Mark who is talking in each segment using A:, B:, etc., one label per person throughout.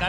A: The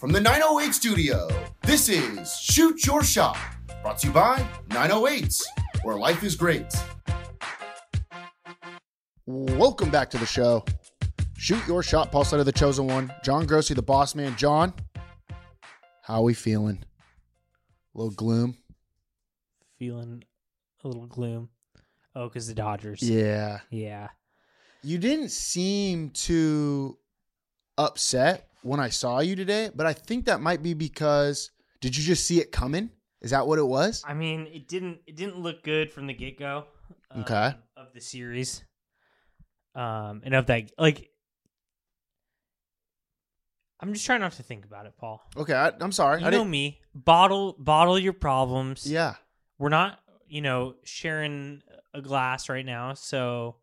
B: from the 908 studio, this is Shoot Your Shot, brought to you by 908, where life is great. Welcome back to the show. Shoot Your Shot, Paul Slater, the chosen one, John Grossi, the boss man. John, how we feeling? A little gloom?
C: Feeling a little gloom. Oh, because the Dodgers.
B: Yeah.
C: Yeah.
B: You didn't seem too upset when I saw you today, but I think that might be because did you just see it coming? Is that what it was?
C: I mean, it didn't it didn't look good from the get go.
B: Okay.
C: Of the series, um, and of that, like, I'm just trying not to think about it, Paul.
B: Okay, I, I'm sorry.
C: You
B: I
C: know
B: didn't.
C: me. Bottle bottle your problems.
B: Yeah.
C: we're not, you know, sharing a glass right now, so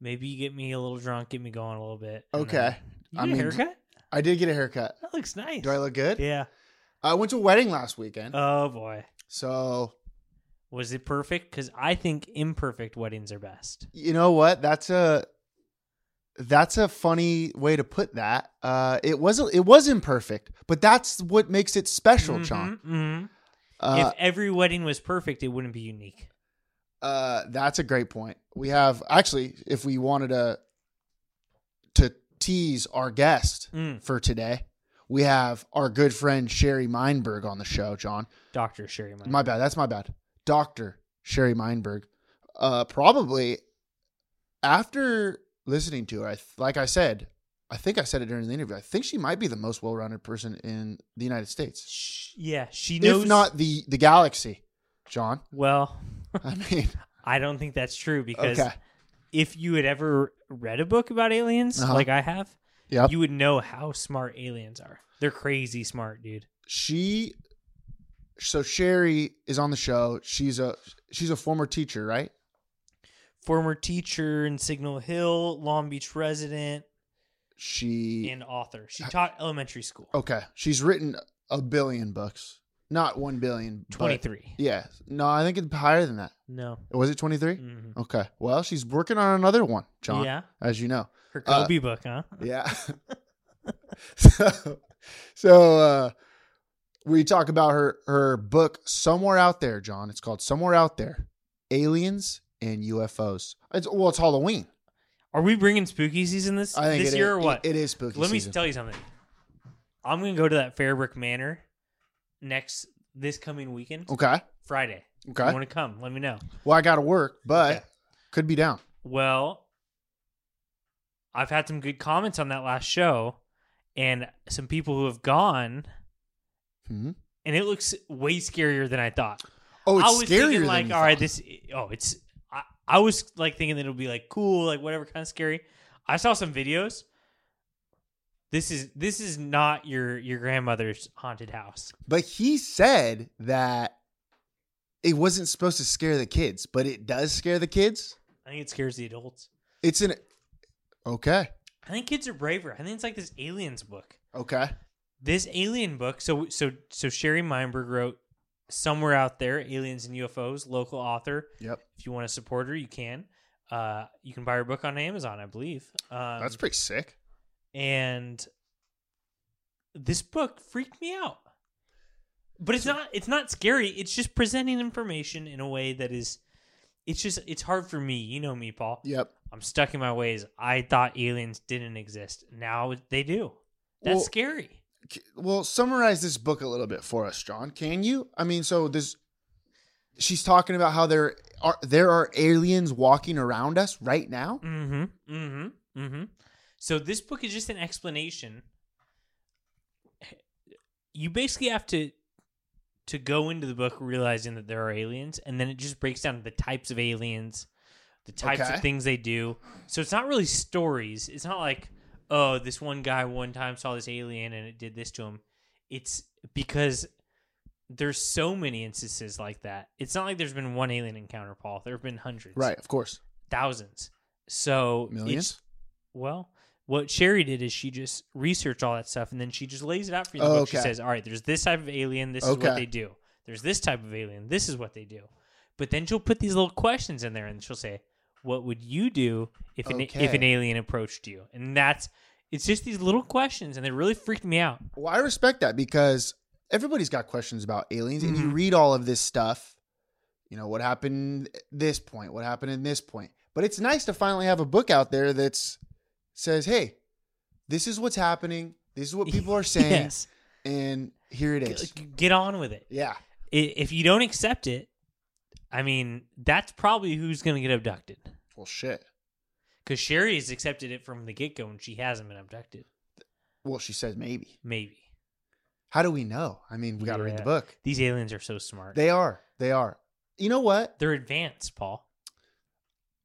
C: maybe you get me a little drunk, get me going a little bit. and
B: Okay.
C: then- You
B: I
C: I
B: mean,
C: haircut?
B: I did get a haircut.
C: That looks nice.
B: Do I look good?
C: Yeah.
B: I went to a wedding last weekend.
C: Oh boy.
B: so,
C: Was it perfect? Because I think imperfect weddings are best.
B: you know what? That's a that's a funny way to put that. Uh it was it was imperfect, but that's what makes it special, John.
C: hmm
B: Uh,
C: if every wedding was perfect, it wouldn't be unique.
B: Uh, that's a great point. We have actually, if we wanted to to tease our guest
C: Mm.
B: for today, we have our good friend Sherry Meinberg on the show. John,
C: Doctor Sherry, Moon.
B: my bad. That's my bad. Doctor Sherry Meinberg. Uh, probably after listening to her, I th- like I said, I think I said it during the interview. I think she might be the most well-rounded person in the United States,
C: Sh- yeah, she knows.
B: if not the the galaxy. John,
C: well,
B: I mean,
C: I don't think that's true because
B: okay,
C: if you had ever read a book about aliens,
B: Uh-huh.
C: like I have,
B: yeah.
C: you would know how smart aliens are. They're crazy smart, dude.
B: she so Sherry is on the show. She's a she's a former teacher, right?
C: Former teacher in Signal Hill, Long Beach resident,
B: She
C: and author. She
B: Uh,
C: taught elementary school.
B: okay. She's written a billion books, not one billion. but-
C: Twenty three.
B: Yeah, no, I think it's higher than that.
C: No.
B: Was it twenty three?
C: Mhm.
B: Okay. Well, she's working on another one, John.
C: Yeah.
B: as you know.
C: Her
B: Uh,
C: Kobe book, huh?
B: Yeah. so, so uh, we talk about her her book somewhere out there, John. It's called Somewhere Out There: Aliens and UFOs. It's well, it's Halloween.
C: Are we bringing spooky season this
B: I think
C: this
B: it
C: year
B: is-
C: or what?
B: it is spooky.
C: Let
B: season.
C: me tell you something. I'm gonna go to that Fairbrook Manor next this coming weekend,
B: Okay.
C: Friday. If
B: Okay.
C: You want to come? Let me know.
B: Well, I got to work, but
C: Yeah.
B: could be down.
C: Well, I've had some good comments on that last show, and some people who have gone,
B: Mhm.
C: and it looks way scarier than I thought.
B: Oh, it's
C: I
B: scarier
C: was thinking
B: than
C: like,
B: you
C: all right,
B: thought.
C: this. Oh, it's. I, I was like thinking that it'll be like cool, like whatever, kind of scary. I saw some videos. This is this is not your your grandmother's haunted house.
B: But he said that it wasn't supposed to scare the kids, but it does scare the kids.
C: I think it scares the adults.
B: It's an okay,
C: I think kids are braver. I think it's like this aliens book.
B: okay,
C: This alien book. So so so Sherry Meinberg wrote somewhere out there, aliens and UFOs. Local author.
B: yep.
C: If you want to support her, you can. Uh, you can buy her book on Amazon, I believe. Um,
B: That's pretty sick.
C: and this book freaked me out but it's not it's not scary it's just presenting information in a way that is it's just it's hard for me you know me paul
B: Yep.
C: i'm stuck in my ways i thought aliens didn't exist now they do that's
B: Well-
C: scary
B: C- Well, summarize this book a little bit for us, John. Can you? I mean, so this she's talking about how there are there are aliens walking around us right now.
C: mm-hmm mm-hmm mm-hmm so this book is just an explanation you basically have to to go into the book realizing that there are aliens and then it just breaks down the types of aliens the types
B: Okay.
C: of things they do so it's not really stories it's not like oh this one guy one time saw this alien and it did this to him it's because there's so many instances like that. It's not like there's been one alien encounter, Paul. There have been hundreds,
B: Right, of course.
C: Thousands. So it's-
B: Millions?
C: Well, what Sherry did is she just researched all that stuff and then she just lays it out for you. in the book. She
B: Okay.
C: says, "All right, there's this type of alien. This is
B: Okay.
C: what they do. There's this type of alien. This is what they do." But then she'll put these little questions in there, and she'll say, "What would you do if an if an
B: Okay.
C: alien approached you?" And that's it's just these little questions, and they really freaked me out.
B: Well, I respect that because everybody's got questions about aliens, and
C: Mm-hmm.
B: you read all of this stuff. You know what happened at this point, what happened in this point. But it's nice to finally have a book out there that's says, "Hey, this is what's happening. This is what people are saying,
C: Yes.
B: and here it is."
C: G- Get on with it.
B: Yeah,
C: I- If you don't accept it, I mean, that's probably who's going to get abducted.
B: well, shit.
C: Because Sherry has accepted it from the get go, and she hasn't been abducted.
B: Well, she says maybe.
C: Maybe.
B: How do we know? I mean, we got to read
C: Yeah.
B: the book.
C: These aliens are so smart. They,
B: They are. They are. You know what?
C: are advanced, Paul.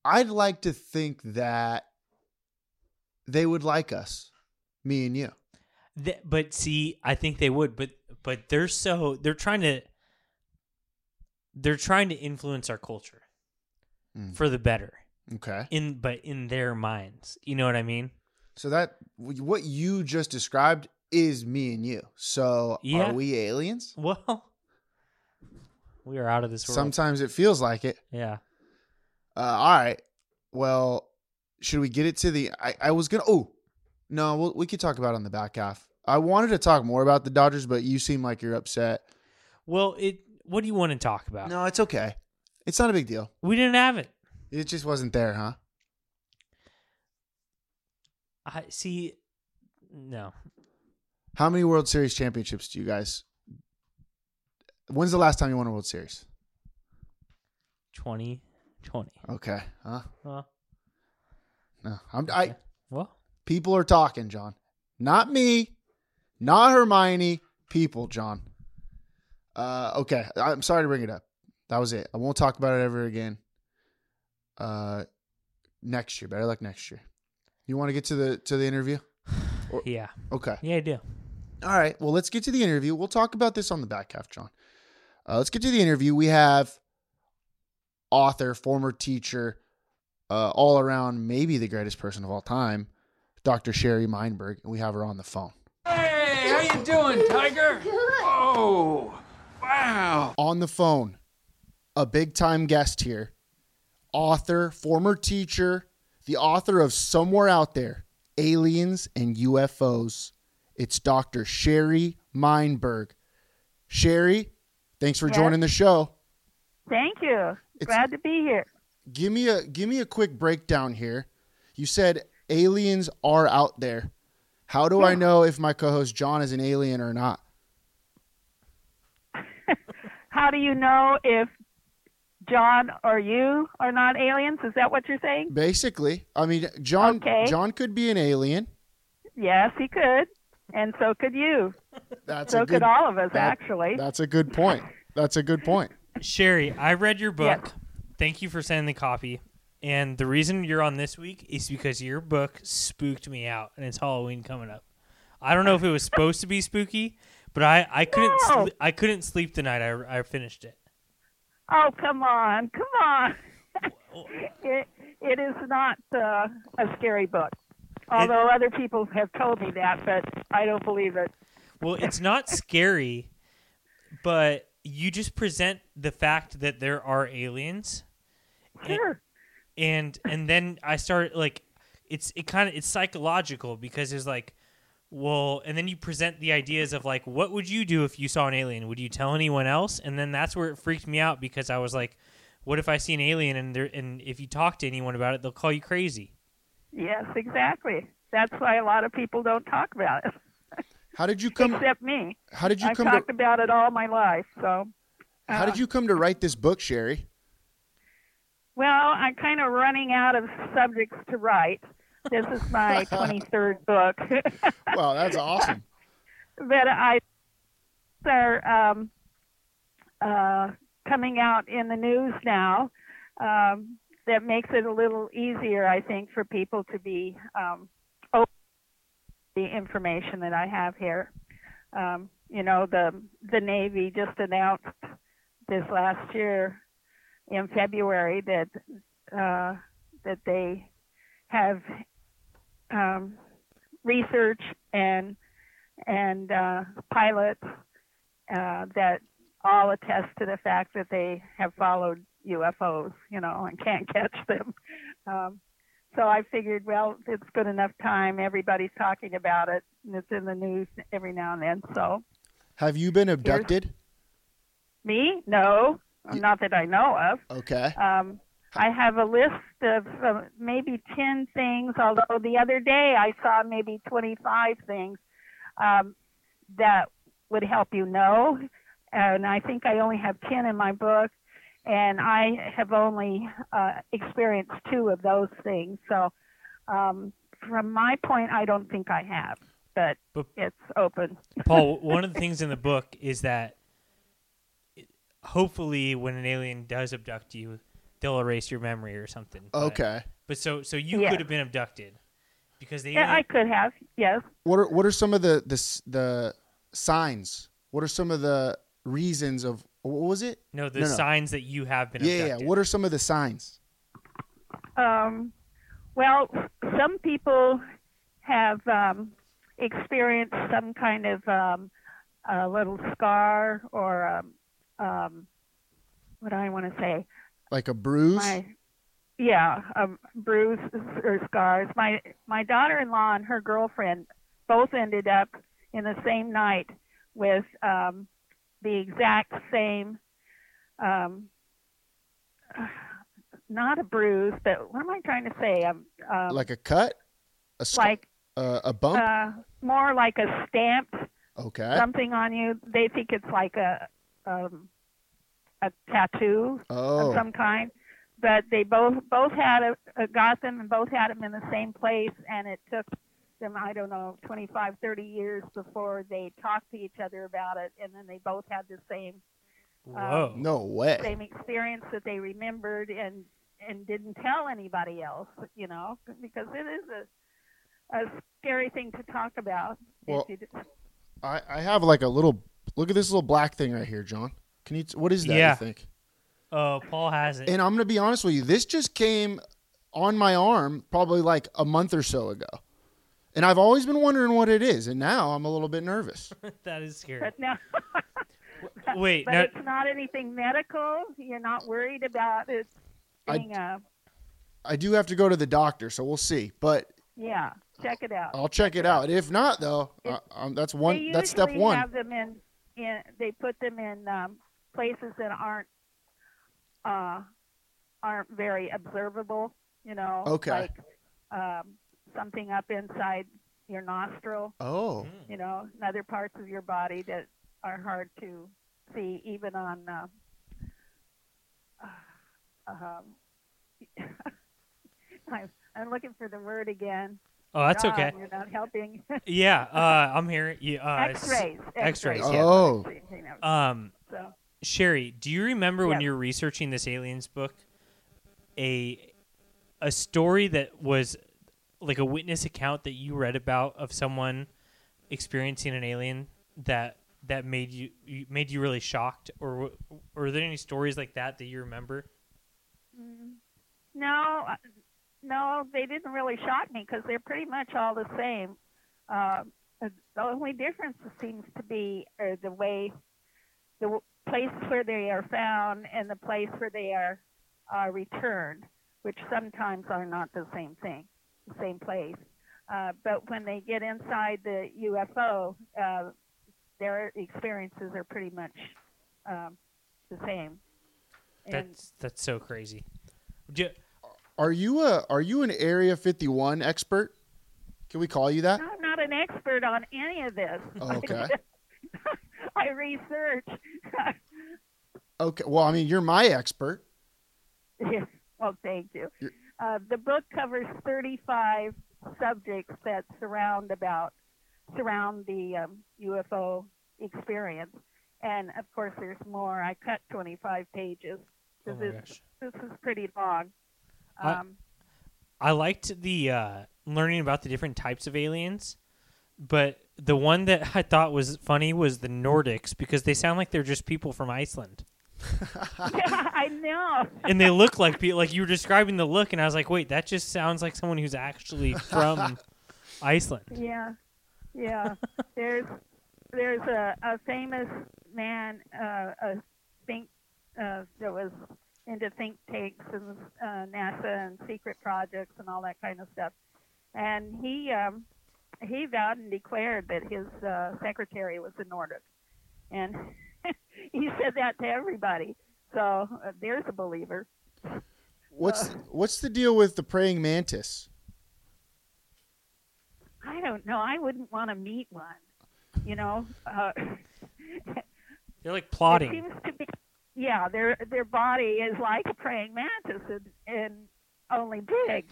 B: I'd like to think that they would like us, me and you.
C: Th- but see, I think they would, but but they're so they're trying to they're trying to influence our culture
B: Mm.
C: for the better.
B: Okay.
C: In but in their minds, you know what I mean?
B: So that what you just described is me and you. So
C: Yeah.
B: are we aliens?
C: Well, we are out of this world.
B: Sometimes it feels like it.
C: yeah.
B: Uh, all right. Well, should we get it to the? I, I was gonna. Oh, no. We'll, we could talk about it on the back half. I wanted to talk more about the Dodgers, but you seem like you're upset.
C: Well, it. What do you want to talk about?
B: No, it's okay. It's not a big deal.
C: We didn't have it.
B: It just wasn't there, huh?
C: I see. No,
B: How many World Series championships do you guys? When's the last time you won a World Series?
C: twenty twenty.
B: Okay, huh?
C: Well,
B: No, I'm. I
C: Uh, well,
B: people are talking, John. Not me, not Hermione. People, John. Uh, okay, I'm sorry to bring it up. That was it. I won't talk about it ever again. Uh, next year, better luck next year. You want to get to the to the interview?
C: yeah,
B: Okay.
C: yeah, I do.
B: All right. Well, let's get to the interview. We'll talk about this on the back half, John. Uh, let's get to the interview. We have author, former teacher, uh, all around, maybe the greatest person of all time, Dr. Sherry Meinberg, and we have her on the phone.
D: Hey, how you doing, Tiger?
E: Oh, wow.
B: On the phone, a big time guest here, author, former teacher, the author of Somewhere Out There Aliens and UFOs. It's Dr. Sherry Meinberg. Sherry, thanks for joining the show.
F: Thank you. Glad to be here.
B: give me a give me a quick breakdown here. You said aliens are out there. How do I know if my co-host John is an alien or not?
F: How do you know if John or you are not aliens? Is that what you're saying?
B: Basically, I mean John
F: Okay.
B: John could be an alien.
F: Yes, he could. And so could you.
B: That's
F: So
B: a good
F: could all of us,
B: that-
F: actually.
B: That's a good point. That's a good point.
C: Sherry, I read your
F: Yes.
C: book. Thank you for sending the copy. And the reason you're on this week is because your book spooked me out, and it's Halloween coming up. I don't know if it was supposed to be spooky, but I, I couldn't
F: No.
C: sle- I couldn't sleep the night I, I finished it.
F: Oh, come on. Come on. it, it is not uh, a scary book. Although other people have told me that, but I don't believe it.
C: Well, it's not scary, but you just present the fact that there are aliens,
F: Sure.
C: and and then I start like it's it kind of it's psychological because there's like well and then you present the ideas of like what would you do if you saw an alien would you tell anyone else and then that's where it freaked me out because I was like what if I see an alien and there and if you talk to anyone about it they'll call you crazy
F: Yes, exactly. That's why a lot of people don't talk about it,
B: How did you come
F: except me.
B: How did you
F: I've
B: come
F: talked
B: to
F: about it all my life, so.
B: How
F: Uh,
B: did you come to write this book, Sherry?
F: Well, I'm kind of running out of subjects to write. This is my 23rd book,
B: Wow, that's awesome.
F: but I are um, uh, coming out in the news now. Um, that makes it a little easier, I think, for people to be um, open to the information that I have here. Um, you know, the the Navy just announced this last year in February that uh, that they have um, research and and uh, pilots uh, that all attest to the fact that they have followed UFOs, you know, and can't catch them. Um, so I figured, well, it's good enough time. Everybody's talking about it, and it's in the news every now and then. So
B: Have you been abducted?
F: me, no, not that I know of.
B: Okay.
F: Um, I have a list of uh, maybe 10 things, although the other day I saw maybe 25 things um, that would help you know. And I think I only have 10 in my book, and I have only uh, experienced two of those things. So um, from my point, I don't think I have, but
C: But-
F: it's open.
C: Paul, one of the things in the book is that it- hopefully when an alien does abduct you, they'll erase your memory or something. But-
B: Okay.
C: But so so you
F: Yeah.
C: could have been abducted because the alien,
F: Yeah, I could have, yes.
B: What are what are some of the the s- the signs? What are some of the reasons of what was it?
C: no the
B: no, no.
C: signs that you have been
B: Yeah, yeah,
C: abducted.
B: yeah. What are some of the signs?
F: Um, well, some people have um, experienced some kind of um, a little scar or um, um, what do I want to say?
B: Like a bruise?
F: My yeah, um, bruises or scars. My my daughter-in-law and her girlfriend both ended up in the same night with um, the exact same, um, not a bruise, but what am I trying to say? Um, um,
B: like a cut? A sc-
F: like
B: uh, a bump?
F: uh, more like a stamped
B: okay.
F: something on you. They think it's like a um, a tattoo
B: Oh.
F: of some kind. But they both both had a, a got them and both had them in the same place, and it took them I don't know 25, 30 years before they talked to each other about it, and then they both had the same
C: Whoa.
B: no way.
F: same experience that they remembered and and didn't tell anybody else, you know, because it is a a scary thing to talk about. if
B: Well,
F: you d-
B: I, I have like a little look at this little black thing right here, John. Can you t- what is that
C: Yeah.
B: you think?
C: Oh, Paul has it.
B: And I'm gonna be honest with you, this just came on my arm probably like a month or so ago. And I've always been wondering what it is, and now I'm a little bit nervous.
C: that is scary.
F: but now,
C: Wait,
F: but
C: no,
F: it's not anything medical. You're not worried about it
B: I-
F: being a
B: I do have to go to the doctor, so we'll see. But
F: yeah. Check it out.
B: I'll check it out. If not, though, I, um, that's one.
F: They
B: That's step
F: usually
B: one.
F: Have them in, in, they put them in um, places that aren't uh, aren't very observable. You know,
B: Okay.
F: like um, something up inside your nostril.
B: oh,
F: You know, and other parts of your body that are hard to see, even on. Uh, uh, um, I'm, I'm looking for the word again.
C: oh, that's
F: God,
C: okay.
F: You're not helping.
C: Yeah, uh, I'm here. Yeah, uh, s-
F: X-rays. Uh,
C: X-rays, yeah.
B: Oh.
C: Um,
F: So.
C: Sherry, do you remember when
F: Yes.
C: you were researching this aliens book, a a story that was like a witness account that you read about of someone experiencing an alien that that made you, you made you really shocked, or w- or are there any stories like that that you remember?
F: No, uh, no, they didn't really shock me because they're pretty much all the same. Uh, the only difference seems to be uh, the way, the w- place where they are found and the place where they are uh, returned, which sometimes are not the same thing, the same place. Uh, but when they get inside the UFO, uh, their experiences are pretty much um, the same. And
C: That's that's so crazy. Do,
B: Are you a are you an Area 51 expert? Can we call you that?
F: I'm not an expert on any of this.
B: Oh, okay.
F: I research.
B: Okay. Well, I mean, you're my expert.
F: well, thank you. Uh, the book covers 35 subjects that surround about surround the um, UFO experience, and of course, there's more. I cut 25 pages.
C: oh
F: This
C: my
F: is
C: gosh.
F: this is pretty long.
C: I-
F: Um,
C: I liked the uh, learning about the different types of aliens. But the one that I thought was funny was the Nordics because they sound like they're just people from Iceland.
F: Yeah, I know.
C: And they look like people like you were describing the look and I was like, "Wait, that just sounds like someone who's actually from Iceland."
F: Yeah, yeah. there's there's a, a famous man, uh, a think uh, that was into think tanks and uh, NASA and secret projects and all that kind of stuff, and he um, he vowed and declared that his uh, secretary was a Nordic, and he said that to everybody. So uh, there's a believer.
B: What's what's the deal with the praying mantis?
F: I don't know. I wouldn't want to meet one. You know. Uh,
C: They're like plotting.
F: It seems to be, yeah, their their body is like a praying mantis and, and only big.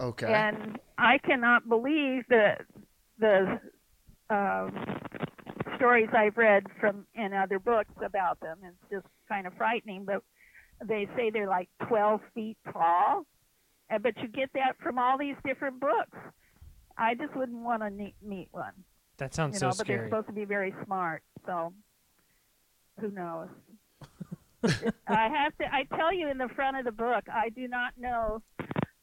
B: Okay.
F: And I cannot believe the the um, stories I've read from in other books about them. It's just kind of frightening. But they say they're like 12 feet tall, and but you get that from all these different books. I just wouldn't want to meet, meet one,
C: That
F: you
C: sounds so
F: know. But they're
C: scary.
F: supposed to be very smart, so who knows? I have to. I tell you in the front of the book, I do not know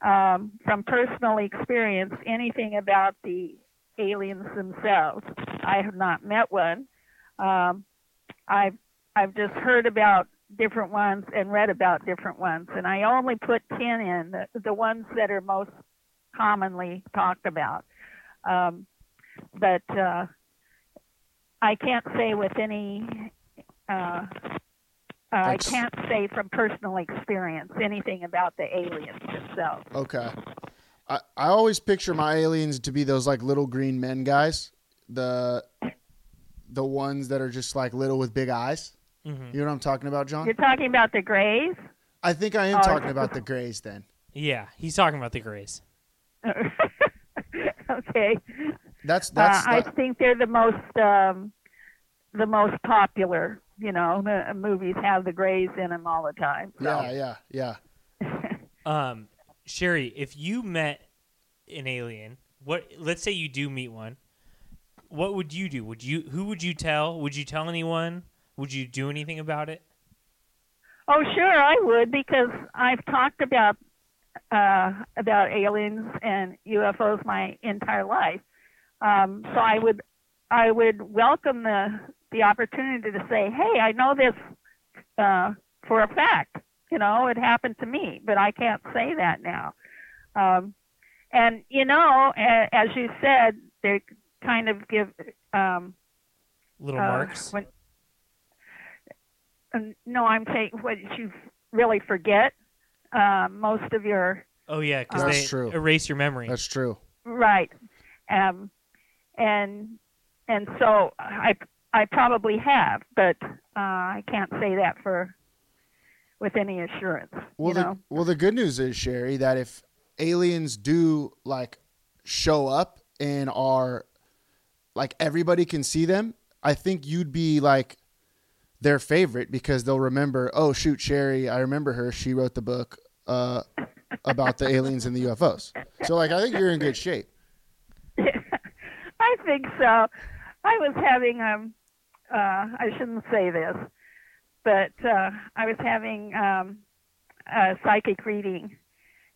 F: um, from personal experience anything about the aliens themselves. I have not met one. Um, I've I've just heard about different ones and read about different ones, and I only put ten in the, the ones that are most commonly talked about. Um, but uh, I can't say with any. Uh, uh, I
B: Thanks.
F: can't say from personal experience anything about the aliens themselves.
B: Okay. I, I always picture my aliens to be those like little green men guys. The the ones that are just like little with big eyes.
C: Mhm.
B: You know what I'm talking about, John?
F: You're talking about the grays?
B: I think I am
F: Oh,
B: talking
F: yeah.
B: about the grays then.
C: Yeah, he's talking about the Greys.
F: okay.
B: That's
F: Uh,
B: that's
F: I
B: that-
F: think they're the most um, the most popular. You know, the movies have the grays in them all the time. So.
B: yeah, yeah, yeah.
C: Um, Sherry, if you met an alien, what? Let's say you do meet one. What would you do? Would you? Who would you tell? Would you tell anyone? Would you do anything about it?
F: Oh, sure, I would because I've talked about uh, about aliens and UFOs my entire life. Um, so I would I would welcome the the opportunity to say, "Hey, I know this uh, for a fact. You know, it happened to me, but I can't say that now." Um, and you know, a- as you said, they kind of give um,
C: Little
F: uh,
C: marks.
F: When, Um, no, I'm saying what you really forget uh, most of your
C: oh yeah, because
B: That's
C: they
B: true.
C: erase your memory.
B: That's true.
F: right, um, and and so I I probably have, but uh, I can't say that for with any assurance.
B: Well,
F: you
B: the,
F: know,
B: well, the good news is Sherry that if aliens do like show up and are like everybody can see them, I think you'd be like their favorite because they'll remember. Oh shoot, Sherry, I remember her. She wrote the book uh, about the aliens and the UFOs. So like, I think you're in good shape.
F: I think so. I was having um uh I shouldn't say this, but uh I was having um a psychic reading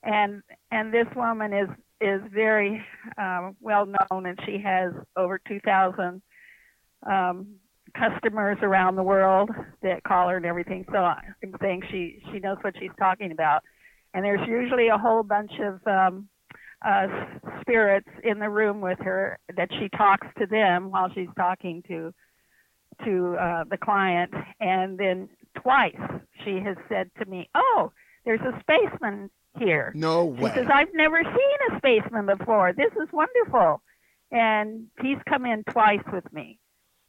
F: and and this woman is is very um well known and she has over 2000 um customers around the world that call her and everything. So I'm saying she she knows what she's talking about. And there's usually a whole bunch of um uh, spirits in the room with her that she talks to them while she's talking to to uh, the client and then twice she has said to me oh there's a spaceman here
B: No
F: she
B: way.
F: says i've never seen a spaceman before this is wonderful and he's come in twice with me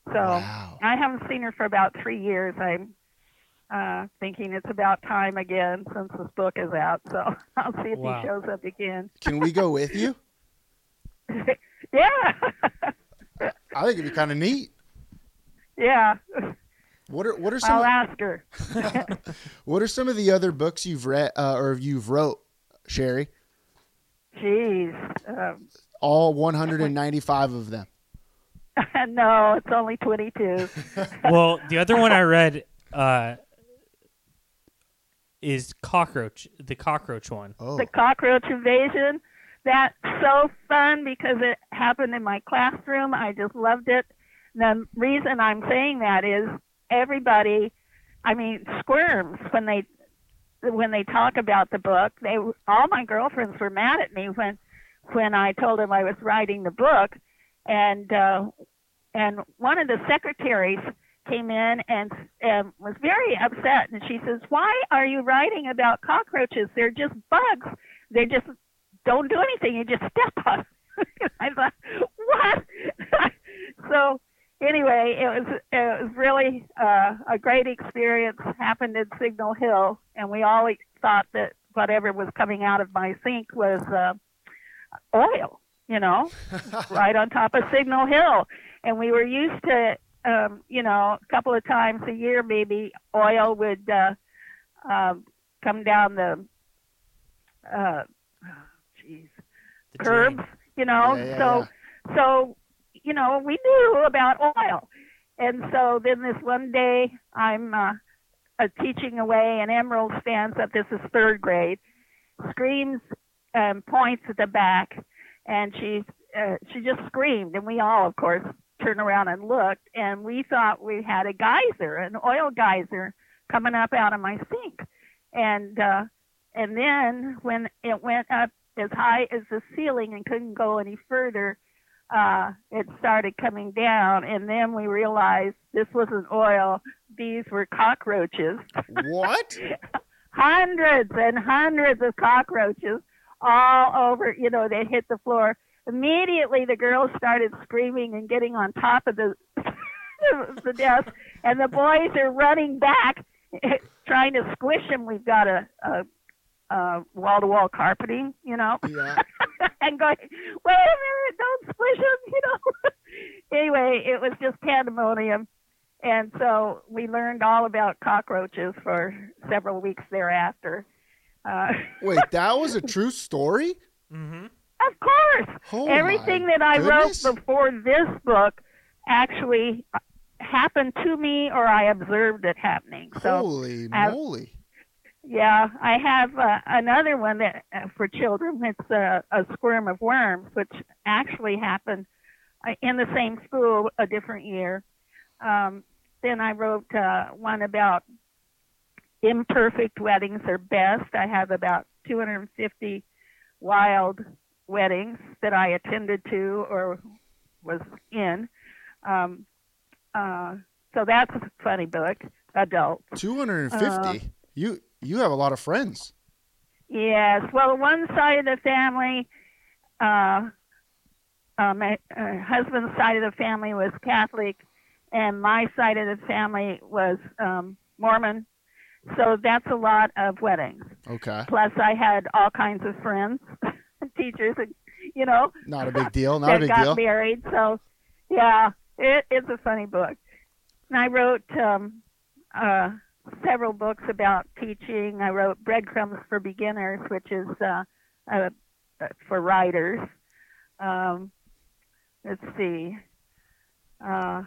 F: so
B: Wow.
F: I haven't seen her for about three years. I'm uh, thinking it's about time again since this book is out. So I'll see if
C: Wow.
F: he shows up again.
B: Can we go with you?
F: Yeah,
B: I think it'd be kind of neat.
F: yeah.
B: What are what are some
F: I'll ask her.
B: what are some of the other books you've read uh, or you've wrote, Sherry?
F: Jeez, um,
B: All 195 of them.
F: no, it's only 22.
C: well, the other one I read uh, is cockroach, the cockroach one.
B: Oh,
F: the cockroach invasion. That's so fun because it happened in my classroom. I just loved it. The reason I'm saying that is everybody, I mean, squirms when they when they talk about the book. They all my girlfriends were mad at me when when I told them I was writing the book, and uh, and one of the secretaries came in and um, was very upset and she says why are you writing about cockroaches they're just bugs they just don't do anything you just step on them." i thought what so anyway it was it was really uh, a great experience happened in signal hill and we all thought that whatever was coming out of my sink was uh, oil you know right on top of signal hill and we were used to um, you know, a couple of times a year, maybe oil would uh, um come down the, uh, jeez,
C: The
F: curbs,
C: drain.
F: you know.
B: Yeah, yeah,
F: so, so you know, we knew about oil, and so then this one day, I'm uh, uh, teaching away, and Emerald stands up. This is third grade, screams and points at the back, and she uh, she just screamed, and we all, of course, turned around and looked, and we thought we had a geyser, an oil geyser, coming up out of my sink, and uh, and then when it went up as high as the ceiling and couldn't go any further, uh, it started coming down, and then we realized this wasn't oil; these were cockroaches
B: what?
F: hundreds and hundreds of cockroaches all over, you know, they hit the floor. Immediately the girls started screaming and getting on top of the the desk and the boys are running back trying to squish them. We've got a a wall to wall carpeting, you know
B: Yeah.
F: and going, wait a minute, don't squish him, you know. anyway, it was just pandemonium. And so we learned all about cockroaches for several weeks thereafter. Uh,
B: Wait, that was a true story.
C: Mm-hmm.
F: of course,
B: Oh
F: everything
B: my
F: that I
B: goodness.
F: wrote before this book actually happened to me or I observed it happening. So uh,
B: Holy
F: I-
B: moly!
F: Yeah, I have uh, another one that uh, for children. It's uh, a squirm of worms, which actually happened uh, in the same school a different year. Um, then I wrote uh, one about imperfect weddings are best. I have about 250 wild weddings that I attended to or was in. Um, uh, so that's a funny book, adult.
B: Two hundred and
F: Uh,
B: fifty. you you have a lot of friends.
F: Yes. Well, one side of the family, uh, uh, my uh, husband's side of the family was Catholic, and my side of the family was um, Mormon. So that's a lot of weddings.
B: Okay,
F: Plus, I had all kinds of friends, teachers, and you know,
B: not a big deal. Not a
F: that
B: big
F: got
B: deal.
F: married. So, yeah, it, it's a funny book. And I wrote um, uh, several books about teaching. I wrote Breadcrumbs for Beginners, which is uh, uh, for writers. Um, let's see. Uh,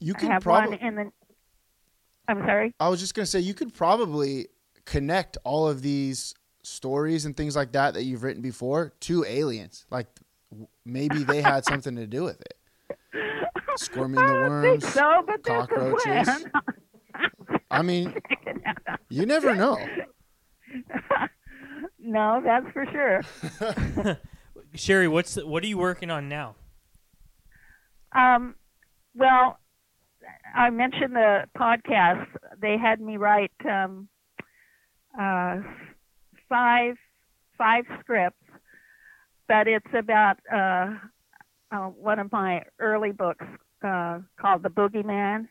B: You
F: I
B: can
F: have
B: probably.
F: one in the. I'm sorry.
B: I was just gonna say you could probably connect all of these stories and things like that that you've written before to aliens. Like w- maybe they had something to do with it. Squirming the
F: I don't think
B: worms,
F: so, but there's a
B: cockroaches.
F: plan.
B: I mean, you never know.
F: No, that's for sure.
C: Sherry, what's the, what are you working on now?
F: Um, well, I mentioned the podcast. They had me write um, uh, five five scripts, but it's about uh, uh, one of my early books uh, called The Boogeyman,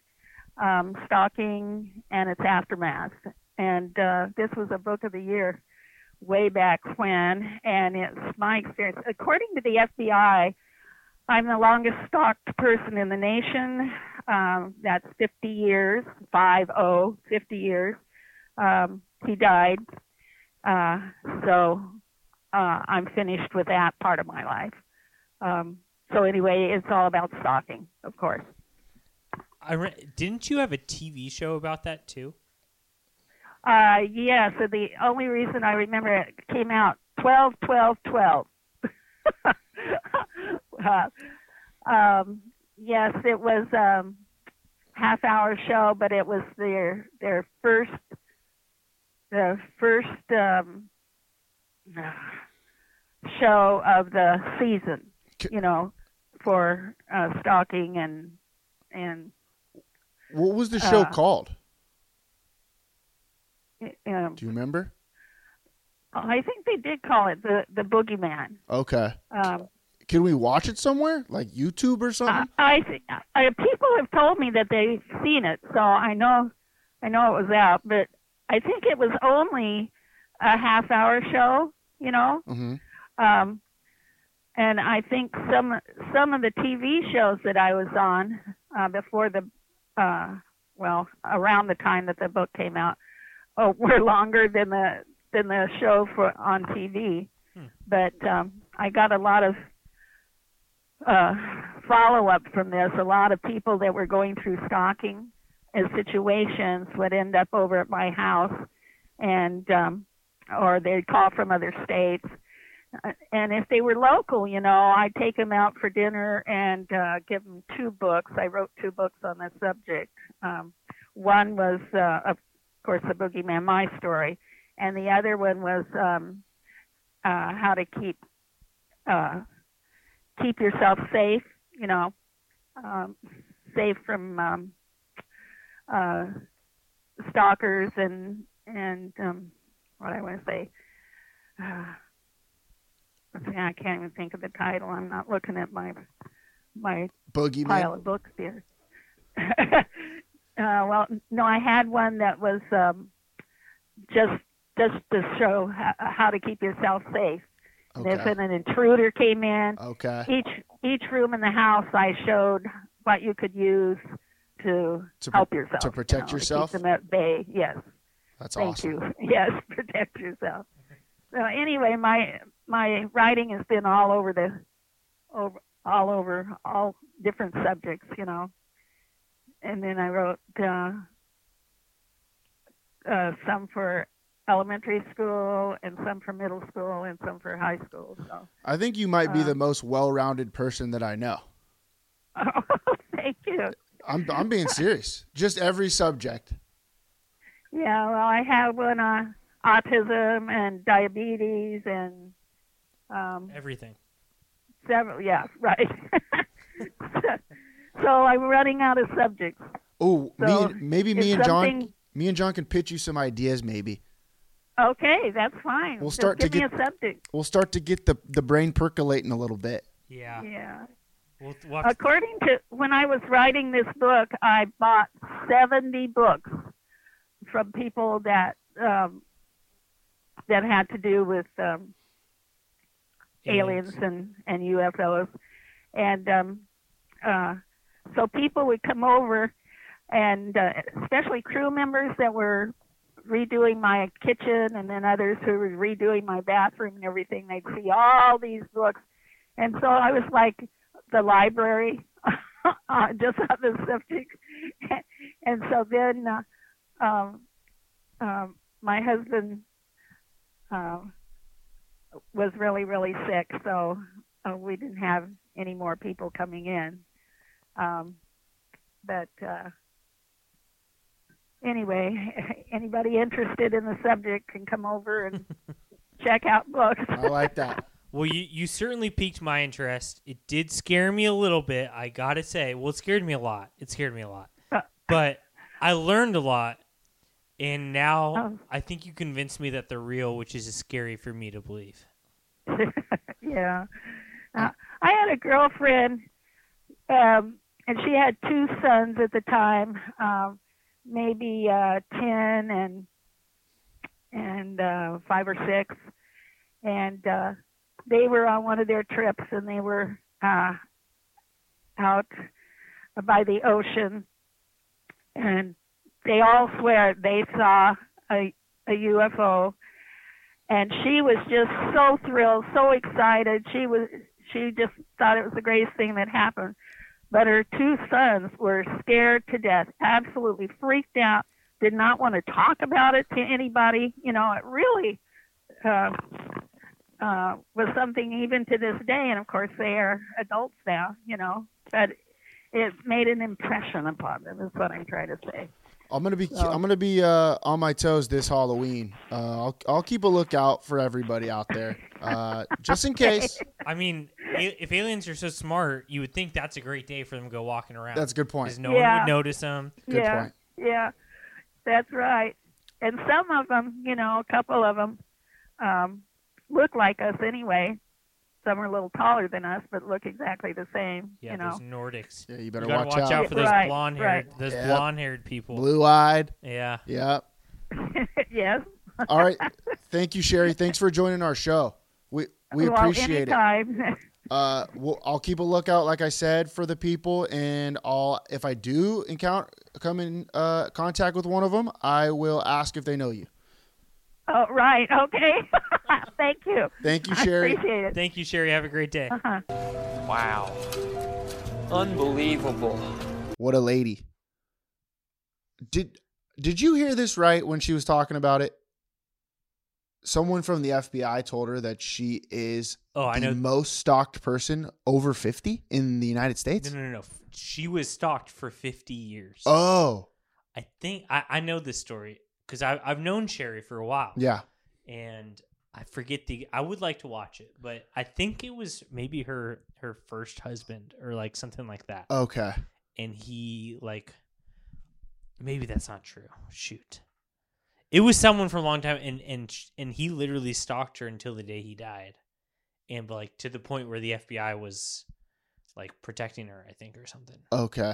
F: um, Stalking and Its Aftermath. And uh, this was a book of the year way back when, and it's my experience. According to the FBI, I'm the longest stalked person in the nation. Um, that's 50 years, 5 0, 50 years. Um, he died. Uh, so uh, I'm finished with that part of my life. Um, So anyway, it's all about stalking, of course.
C: I re- didn't you have a TV show about that too?
F: Uh, yeah, so the only reason I remember it came out 12 12 12. uh, um, yes, it was um half hour show, but it was their their first their first um, show of the season,
B: K-
F: you know, for uh, stalking and and
B: What was the show
F: Uh,
B: called?
F: um,
B: Do you remember?
F: I think they did call it the the boogeyman.
B: Okay.
F: Um,
B: Can we watch it somewhere, like YouTube or
F: I,
B: something?
F: Uh, I, th- I people have told me that they've seen it, so I know I know it was out, but I think it was only a half hour show, you know.
B: mm-hmm.
F: Um, and I think some some of the TV shows that I was on uh, before the uh, well around the time that the book came out oh, were longer than the than the show for on TV. But um, I got a lot of uh, follow up from this. A lot of people that were going through stalking and situations would end up over at my house, and um, or they'd call from other states and if they were local, you know, I'd take them out for dinner and uh, give them two books. I wrote two books on this subject. Um, one was, uh, of course, The Boogeyman My Story, and the other one was um, uh, How to Keep uh, Keep Yourself Safe, you know, um, safe from um, uh, stalkers and, and um, what I want to say. Uh, Okay, I can't even think of the title. I'm not looking at my my
B: Boogeyman.
F: pile of books here. uh, well, no, I had one that was um, just just to show how, how to keep yourself safe. And If
B: Okay. Uh.
F: an intruder came in,
B: Okay.
F: each each room in the house, I showed what you could use to,
B: To pro-
F: help yourself
B: to protect
F: you know,
B: yourself?
F: To keep them at bay. Yes.
B: That's
F: Thank
B: awesome.
F: you. Yes, protect yourself. So anyway, my my writing has been all over the over all over all different subjects, you know. And then I wrote uh, uh, some for elementary school, and some for middle school, and some for high school. So
B: I think you might be
F: Uh,
B: the most well-rounded person that I know.
F: Oh, thank you.
B: I'm I'm being serious. Just every subject.
F: Yeah, well, I have one on autism and diabetes and um,
C: Everything.
F: Several, yeah, right. so I'm running out of subjects.
B: Oh, me
F: So,
B: and, maybe me
F: it's
B: and John,
F: something-
B: me and John can pitch you some ideas. Maybe
F: Okay, that's fine.
B: We'll
F: Just
B: start to
F: give me
B: get-
F: a subject.
B: we'll start to get the the brain percolating a little bit.
C: Yeah.
F: Yeah.
C: We'll watch.
F: According to when I was writing this book, I bought 70 books from people that um, that had to do with um, aliens and and UFOs, and um, uh, so people would come over, and uh, especially crew members that were redoing my kitchen, and then others who were redoing my bathroom and everything. They'd see all these books, and so I was like the library, uh, just on the subject, and so then. Uh, um, um, my husband um, was really, really sick, so uh, we didn't have any more people coming in. Um, but uh, anyway, anybody interested in the subject can come over and check out books.
B: I like that.
C: Well, you, you certainly piqued my interest. It did scare me a little bit, I gotta say. Well, it scared me a lot. It scared me a lot.
F: Uh,
C: But I learned a lot, and now
F: Oh.
C: I think you convinced me that they're real, which is scary for me to believe.
F: yeah. Uh, I had a girlfriend, um, and she had two sons at the time, um, maybe uh, ten and and uh, five or six, and uh, they were on one of their trips, and they were uh, out by the ocean, and they all swear they saw a a UFO and she was just so thrilled, so excited. She was she just thought it was the greatest thing that happened. But her two sons were scared to death, absolutely freaked out, did not want to talk about it to anybody. You know, it really uh, uh, was something even to this day. And of course, they are adults now, you know, but it made an impression upon them, is what I'm trying to say.
B: I'm gonna be I'm gonna be uh, on my toes this Halloween. Uh, I'll I'll keep a lookout for everybody out there, uh, just in case.
C: I mean, a- if aliens are so smart, you would think that's a great day for them to go walking around.
B: That's a good point.
C: Because no one
F: Yeah.
C: would notice them.
B: Good
F: yeah,
B: point.
F: Yeah, that's right. And some of them, you know, a couple of them um, look like us anyway. Some are a little taller than us, but look exactly the same.
C: Yeah,
F: you know,
C: those Nordics.
B: Yeah, you better
C: you gotta
B: watch,
C: watch, out. for those
F: Right,
C: blonde-haired, those
B: Yep.
C: blonde-haired people.
B: Blue eyed.
C: Yeah.
B: Yep.
F: yes.
B: All right. Thank you, Sherry. Thanks for joining our show. We we
F: well,
B: appreciate it.
F: anytime.
B: Uh, we'll, I'll keep a lookout, like I said, for the people, and I'll if I do encounter come in uh, contact with one of them, I will ask if they know you.
F: oh, right. Okay. Thank you.
B: Thank you,
F: I
B: Sherry.
F: appreciate it.
C: Thank you, Sherry. Have a great day.
F: Uh-huh.
E: Wow. Unbelievable.
B: What a lady. Did did you hear this right when she was talking about it? Someone from the FBI told her that she is
C: Oh, I
B: the
C: know.
B: most stalked person over 50 in the United States.
C: No, no, no, no. She was stalked for 50 years.
B: Oh,
C: I think I, I know this story because I've known Sherry for a while.
B: yeah.
C: and I forget the. I would like to watch it, but I think it was maybe her her first husband or like something like that.
B: Okay.
C: and he like, maybe that's not true. Shoot, it was someone for a long time, and and sh- and he literally stalked her until the day he died, and like to the point where the FBI was like protecting her, I think, or something.
B: Okay.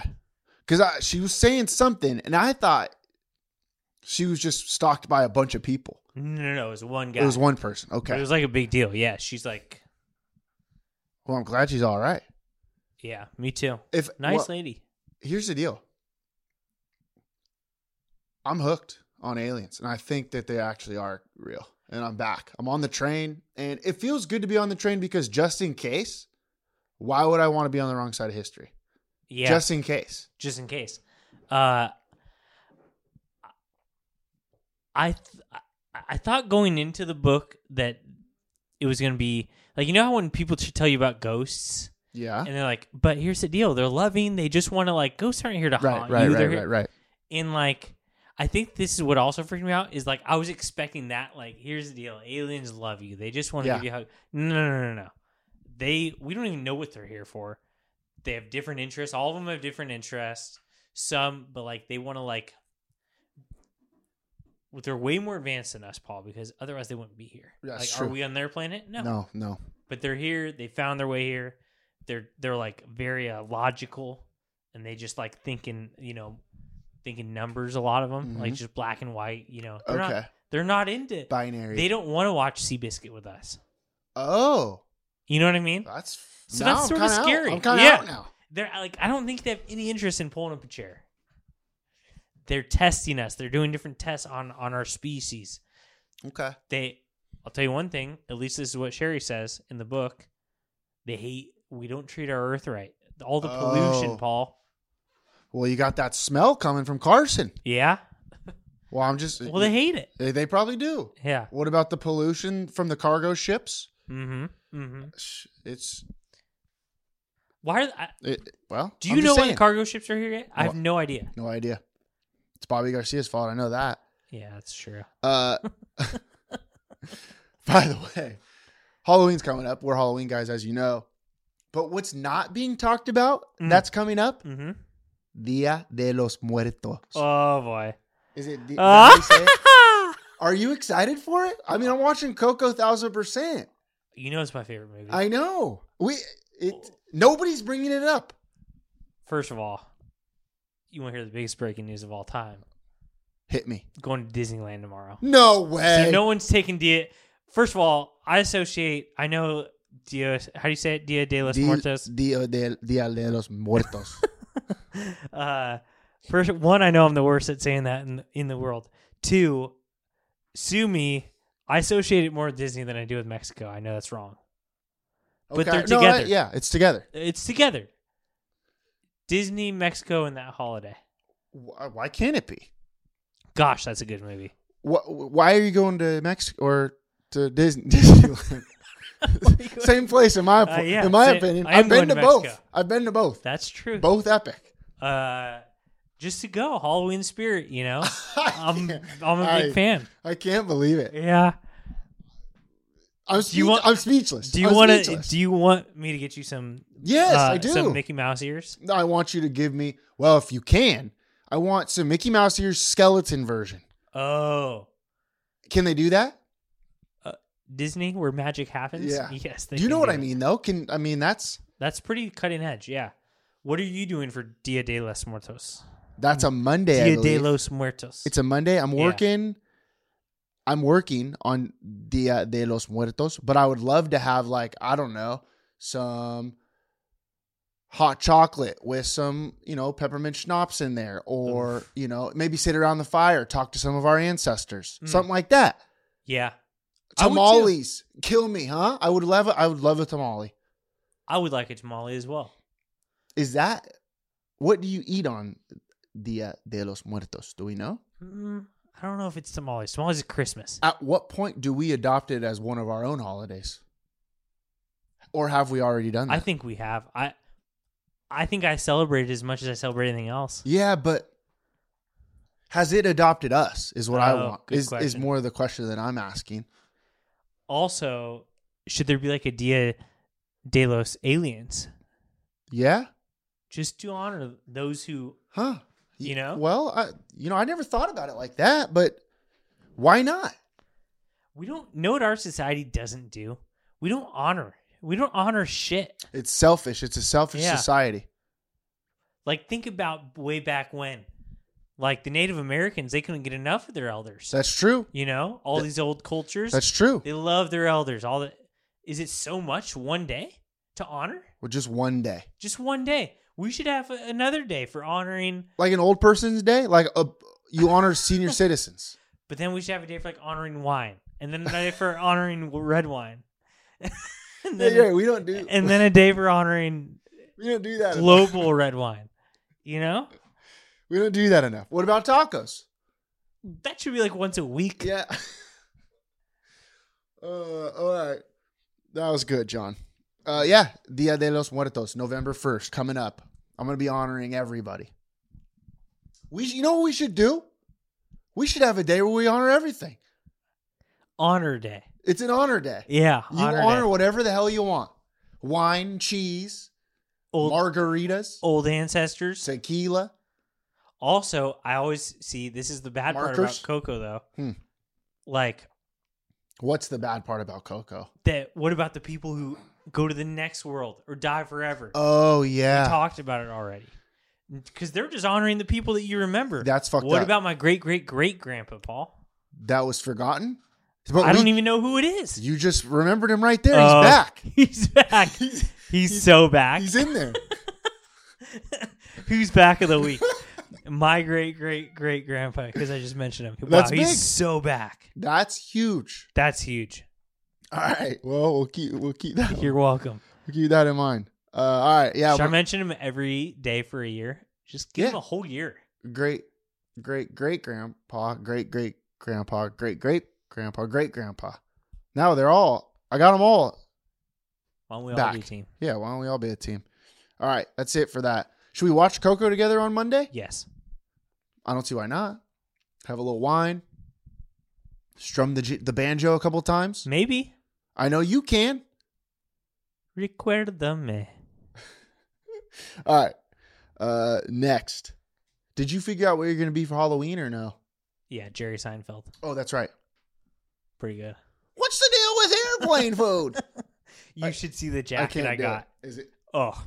B: Cuz I she was saying something and I thought she was just stalked by a bunch of people.
C: No, no, no. It was one guy.
B: It was one person.
C: But
B: Okay.
C: It was like a big deal. Yeah, she's like,
B: well, I'm glad she's all right.
C: yeah, me too.
B: If well,
C: Nice lady.
B: here's the deal. I'm hooked on aliens, and I think that they actually are real. And I'm back. I'm on the train, and it feels good to be on the train because just in case, why would I want to be on the wrong side of history?
C: Yeah.
B: Just in case.
C: just in case. Uh, I th- I- I thought going into the book that it was going to be like you know how when people t- tell you about ghosts
B: Yeah.
C: and uh, they're like, but here's the deal, they're loving, they just want to like ghosts aren't here to
B: Right,
C: haunt
B: right,
C: you.
B: right,
C: They're
B: right,
C: here-
B: right.
C: And like, I think this is what also freaked me out is like I was expecting that like here's the deal, aliens love you, they just want to
B: Yeah.
C: give you a hug. No, no, no, no, no. They we don't even know what they're here for they have different interests. All of them have different interests. Some, but like they want to like. well, They're way more advanced than us, Paul, because otherwise they wouldn't be here.
B: That's
C: like,
B: true.
C: are we on their planet? No.
B: No, no.
C: But they're here. They found their way here. They're they're like very uh, logical, and they just like thinking, you know, thinking numbers. A lot of them, like just black and white. You know, they're
B: Mm-hmm. Okay.
C: not they're not into.
B: Binary.
C: They don't want to watch Seabiscuit with us.
B: oh,
C: You know what I mean?
B: that's
C: So
B: now
C: that's
B: I'm
C: sort of
B: kinda out.
C: scary.
B: I'm kind of
C: Yeah.
B: out now.
C: They're uh, like, I don't think they have any interest in pulling up a chair. They're testing us. They're doing different tests on on our species.
B: Okay.
C: They, I'll tell you one thing. At least this is what Sherry says in the book. They hate. We don't treat our Earth right. All the pollution,
B: Oh.
C: Paul.
B: Well, you got that smell coming from Carson.
C: Yeah.
B: Well, I'm just.
C: Well, they hate it.
B: they, they probably do.
C: Yeah.
B: What about the pollution from the cargo ships?
C: Mm-hmm. Mm-hmm.
B: Sh- It's
C: Why? Are th- I,
B: it, well.
C: do
B: I'm
C: you
B: just
C: know when
B: saying.
C: the cargo ships are here yet? I have
B: Well-
C: no idea.
B: No idea. It's Bobby Garcia's fault. I know that.
C: Yeah, that's true.
B: Uh, by the way, Halloween's coming up. We're Halloween guys, as you know. But what's not being talked about
C: Mm.
B: that's coming up?
C: Mm-hmm.
B: Dia de los Muertos.
C: Oh boy.
B: Is it? Di- is
C: Uh?
B: that how you say it?
C: Ah!
B: Are you excited for it? I mean, I'm watching Coco thousand percent.
C: you know it's my favorite movie.
B: I know. We it.
C: Oh.
B: Nobody's bringing it up.
C: First of all, you want to hear the biggest breaking news of all time?
B: Hit me.
C: Going to Disneyland tomorrow.
B: No way.
C: So no one's taking Dia. First of all, I associate. I know Dia. How do you say it? Dia de los
B: Di-
C: Muertos.
B: Dia de, Dia de los Muertos.
C: Uh, first one, I know I'm the worst at saying that in in the world. Two, sue me. I associate it more with Disney than I do with Mexico. I know that's wrong. But
B: Okay.
C: they're
B: No, I-
C: together.
B: yeah, it's together.
C: It's together. Disney, Mexico, and that holiday.
B: Wh- Why can't it be?
C: Gosh, that's a good movie.
B: Wh- Why are you going to Mexico or to Disney- Disneyland? same place in my
C: Uh, yeah,
B: in my
C: same-
B: opinion.
C: I am
B: I've been
C: going
B: to,
C: to
B: both.
C: Mexico.
B: I've been to both.
C: That's true.
B: Both epic.
C: Uh, just to go Halloween spirit. You know,
B: I
C: I'm
B: can't-
C: I'm a big
B: I-
C: fan.
B: I can't believe it.
C: Yeah.
B: I'm, speech-
C: you want-
B: I'm speechless.
C: Do you
B: I'm
C: want to?
B: speechless.
C: Do you want me to get you some?
B: Yes,
C: uh,
B: I do.
C: Some Mickey Mouse ears.
B: I want you to give me. Well, if you can, I want some Mickey Mouse ears skeleton version.
C: Oh,
B: Can they do that?
C: Disney, where magic happens.
B: Yeah.
C: Yes. They
B: Do you
C: can
B: know what I
C: it.
B: mean, though? Can I mean that's
C: That's pretty cutting edge. Yeah. What are you doing for Dia de los Muertos?
B: that's a Monday. I
C: Dia de
B: believe.
C: los Muertos.
B: It's a Monday. I'm
C: Yeah.
B: working. I'm working on Dia de los Muertos, but I would love to have like I don't know some hot chocolate with some you know peppermint schnapps in there, or you know maybe sit around the fire, talk to some of our ancestors,
C: Mm.
B: something like that.
C: yeah. I would too.
B: Tamales, kill me, huh? I would love. A, I would love a tamale.
C: I would like a tamale as well.
B: Is that what do you eat on Dia de los Muertos? Do we know?
C: Mm, I don't know if it's tamales. Tamales is Christmas.
B: At what point do we adopt it as one of our own holidays? Or have we already done that?
C: I think we have. I I think I celebrate it as much as I celebrate anything else.
B: yeah, but has it adopted us? Is what I
C: Oh,
B: want.
C: good
B: Is is
C: question.
B: more the question that I'm asking.
C: Also, should there be like a Dia de los aliens?
B: Yeah,
C: Just to honor those who
B: huh?
C: You know?
B: Well, I, you know, I never thought about it like that, but why not?
C: we don't know what our society doesn't do. We don't honor. We don't honor shit.
B: It's selfish. It's a selfish
C: Yeah.
B: society.
C: Like think about way back when. Like the Native Americans, they couldn't get enough of their elders.
B: That's true.
C: you know, all these old cultures.
B: That's true.
C: They love their elders. All that is it so much one day to honor?
B: Well, just one day,
C: Just one day. We should have a- another day for honoring,
B: like an old person's day, like a, you honor senior citizens.
C: but then we should have a day for like honoring wine, and then a day for honoring red wine, and
B: Yeah,
C: then,
B: yeah, we don't do
C: and then a day for honoring
B: we don't do that. Enough.
C: global red wine. You know,
B: We don't do that enough. What about tacos?
C: that should be like once a week.
B: Yeah. uh, all right, that was good, John. Uh, yeah, Dia de los Muertos, November first, coming up. I'm gonna be honoring everybody. We, sh- you know what we should do? We should have a day where we honor everything.
C: Honor day.
B: It's an honor day.
C: Yeah,
B: You honor,
C: day.
B: whatever the hell you want. Wine, cheese,
C: old
B: margaritas,
C: old ancestors.
B: tequila.
C: Also, I always see this is the bad
B: Markers?
C: part about Coco though.
B: Hmm.
C: Like
B: What's the bad part about cocoa?
C: that what about the people who go to the next world or die forever?
B: Oh yeah.
C: Talked about it already. Because they're just honoring the people that you remember.
B: That's fucked
C: What
B: up.
C: about my great great great grandpa Paul?
B: that was forgotten. But
C: I don't
B: we-
C: even know who it is.
B: You just remembered him right there.
C: Oh,
B: He's back.
C: He's back. he's, so back.
B: He's in there.
C: Who's back of the week? my great great great grandpa, because I just mentioned him. Wow,
B: That's big.
C: he's so back.
B: That's huge.
C: That's huge.
B: All right. Well, we'll keep we'll keep that
C: You're welcome.
B: we'll keep that in mind. Uh, all right. Yeah.
C: Should I
B: we're-
C: mention him every day for a year? Just give him
B: Yeah.
C: a whole year.
B: Great, great, great grandpa. Great, great grandpa. Great, great grandpa. Great grandpa. Now they're all. I got them all.
C: Why don't we all
B: Back.
C: be a team?
B: Yeah. Why don't we all be a team? All right. That's it for that. Should we watch Coco together on Monday?
C: Yes.
B: I don't see why not. Have a little wine. Strum the j- the banjo a couple times.
C: Maybe.
B: I know you can.
C: Recuérdame.
B: All right. Uh, next, did you figure out where you're gonna be for Halloween or no?
C: Yeah, Jerry Seinfeld.
B: Oh, that's right.
C: Pretty good.
B: What's the deal with airplane food?
C: You should see the jacket I,
B: do
C: got.
B: It. Is it
C: Oh.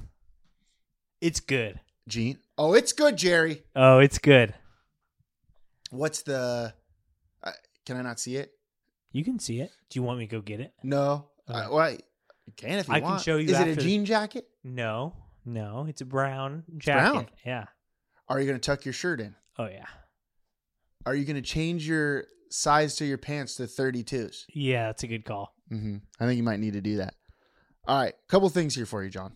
C: It's good.
B: Gene? Oh, it's good, Jerry.
C: Oh, it's good.
B: What's the? Uh, can I not see it?
C: You can see it. Do you want me to go get it?
B: No. I, well, I, you can if you
C: Uh, I can
B: want.
C: show you
B: Is it a
C: after-
B: jean jacket?
C: No. No. It's a brown jacket.
B: brown.
C: Yeah.
B: Are you gonna tuck your shirt in?
C: Oh yeah.
B: Are you gonna change your size to your pants to 32s?
C: Yeah, that's a good call.
B: Mm-hmm. I think you might need to do that. All right, couple things here for you, John.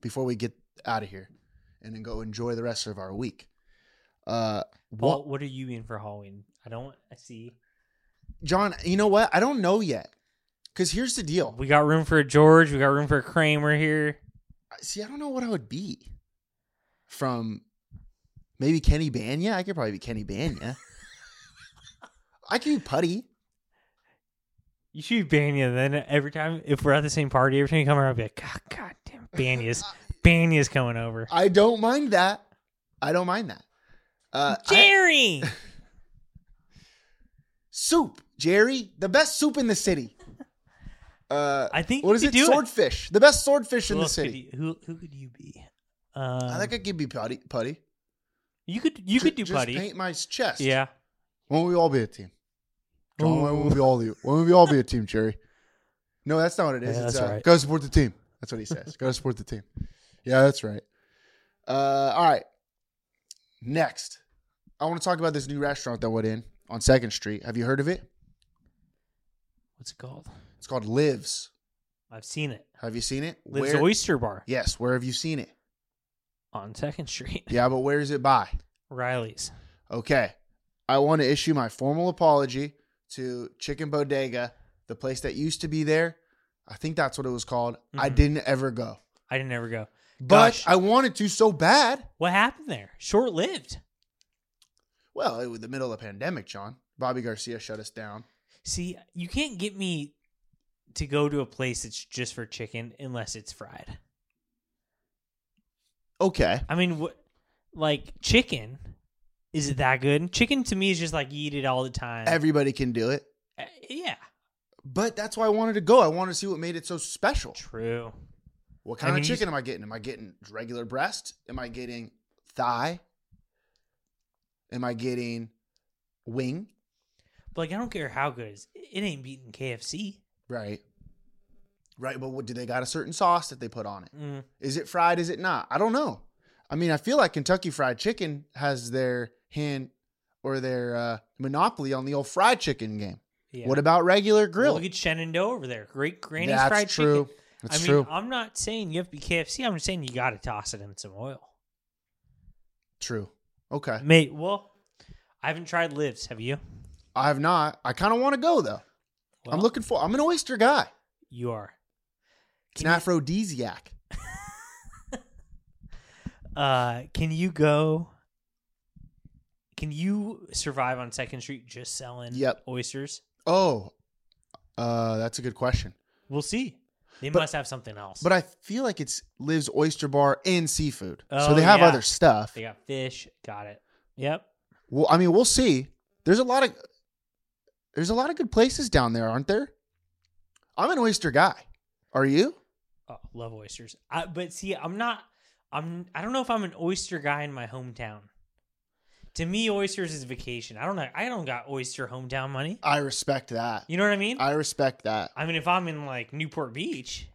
B: Before we get out of here and then go enjoy the rest of our week. Uh
C: Paul,
B: what
C: what are you in for Halloween? I don't I see.
B: John, you know what? I don't know yet. Cuz here's the deal.
C: We got room for a George, we got room for a Kramer here.
B: See, I don't know what I would be. From maybe Kenny Banya? I could probably be Kenny Banya. I could be Putty.
C: You should be Banya then every time if we're at the same party, every time you come around I'll be like, "Ah, God, God damn Banya's Banya's coming over.
B: I don't mind that. I don't mind that. Uh, I-
C: Jerry
B: soup, Jerry, the best soup in the city. Uh,
C: I think
B: what
C: you
B: is
C: could
B: it?
C: do it.
B: Swordfish, the best swordfish in
C: Who
B: the
C: else could
B: city.
C: you- who who could you be?
B: I
C: Um,
B: think I could be putty. Putty.
C: you could you could do
B: Just
C: putty.
B: Paint my chest.
C: Yeah.
B: When will we all be a team? John, when will
C: Ooh.
B: we all be? When will we all be a team, Jerry? No, that's not what it is.
C: Yeah,
B: it's,
C: that's
B: uh,
C: right.
B: Go support the team. That's what he says. go support the team. Yeah, that's right. Uh, all right. Next, I want to talk about this new restaurant that went in on Second Street. Have you heard of it?
C: What's it called?
B: It's called Lives.
C: I've seen it.
B: Have you seen it?
C: Lives
B: Where-
C: Oyster Bar
B: Yes. Where have you seen it?
C: on Second Street.
B: Yeah, but where is it by?
C: Riley's.
B: Okay. I want to issue my formal apology to Chicken Bodega, the place that used to be there. I think that's what it was called. I
C: Mhm.
B: didn't ever go,
C: I didn't ever go.
B: but
C: Gosh.
B: I wanted to so bad.
C: What happened there? Short lived.
B: Well, it was the middle of the pandemic, John. Bobby Garcia shut us down.
C: See, you can't get me to go to a place that's just for chicken unless it's fried.
B: Okay.
C: I mean, what, like chicken, is it that good? Chicken to me is just like you eat it all the time.
B: Everybody can do it.
C: Uh, yeah,
B: But that's why I wanted to go. I wanted to see what made it so special.
C: true.
B: What
C: I
B: kind
C: mean,
B: of
C: you-
B: chicken am I getting? Am I getting regular breast? Am I getting thigh? Am I getting wing?
C: But like, I don't care how good it is, it ain't beating KFC.
B: Right. Right, but what do they got a certain sauce that they put on it?
C: Mm.
B: Is it fried? Is it not? I don't know. I mean, I feel like Kentucky Fried Chicken has their hand or their uh, monopoly on the old fried chicken game.
C: Yeah.
B: What about regular grill?
C: Look at Shenandoah over there. Great Granny's
B: That's
C: fried
B: true.
C: chicken.
B: That's
C: I mean, uh
B: true.
C: I'm not saying you have to be KFC. I'm just saying you got to toss it in some oil.
B: true. Okay.
C: Mate, well, I haven't tried lives. Have you?
B: I have not. I kind of want to go though. I'm
C: Well,
B: looking for. I'm an oyster guy.
C: You are.
B: It's
C: Can
B: an
C: you-
B: aphrodisiac.
C: Uh, can you go? Can you survive on Second Street just selling
B: Yep.
C: oysters?
B: Oh, uh, that's a good question.
C: We'll see. They
B: But-
C: must have something else.
B: But I feel like it's Liv's Oyster Bar and seafood, so
C: Oh,
B: they have
C: yeah.
B: other stuff.
C: they got fish. Got it. Yep.
B: Well, I mean, we'll see. There's a lot of there's a lot of good places down there, aren't there? I'm an oyster guy. Are you?
C: Oh, love oysters. I, but see, I'm not. I'm. I don't know if I'm an oyster guy in my hometown. To me, oysters is vacation. I don't know. I don't got oyster hometown money.
B: I respect that.
C: You know what I mean?
B: I respect that.
C: I mean, if I'm in like Newport Beach,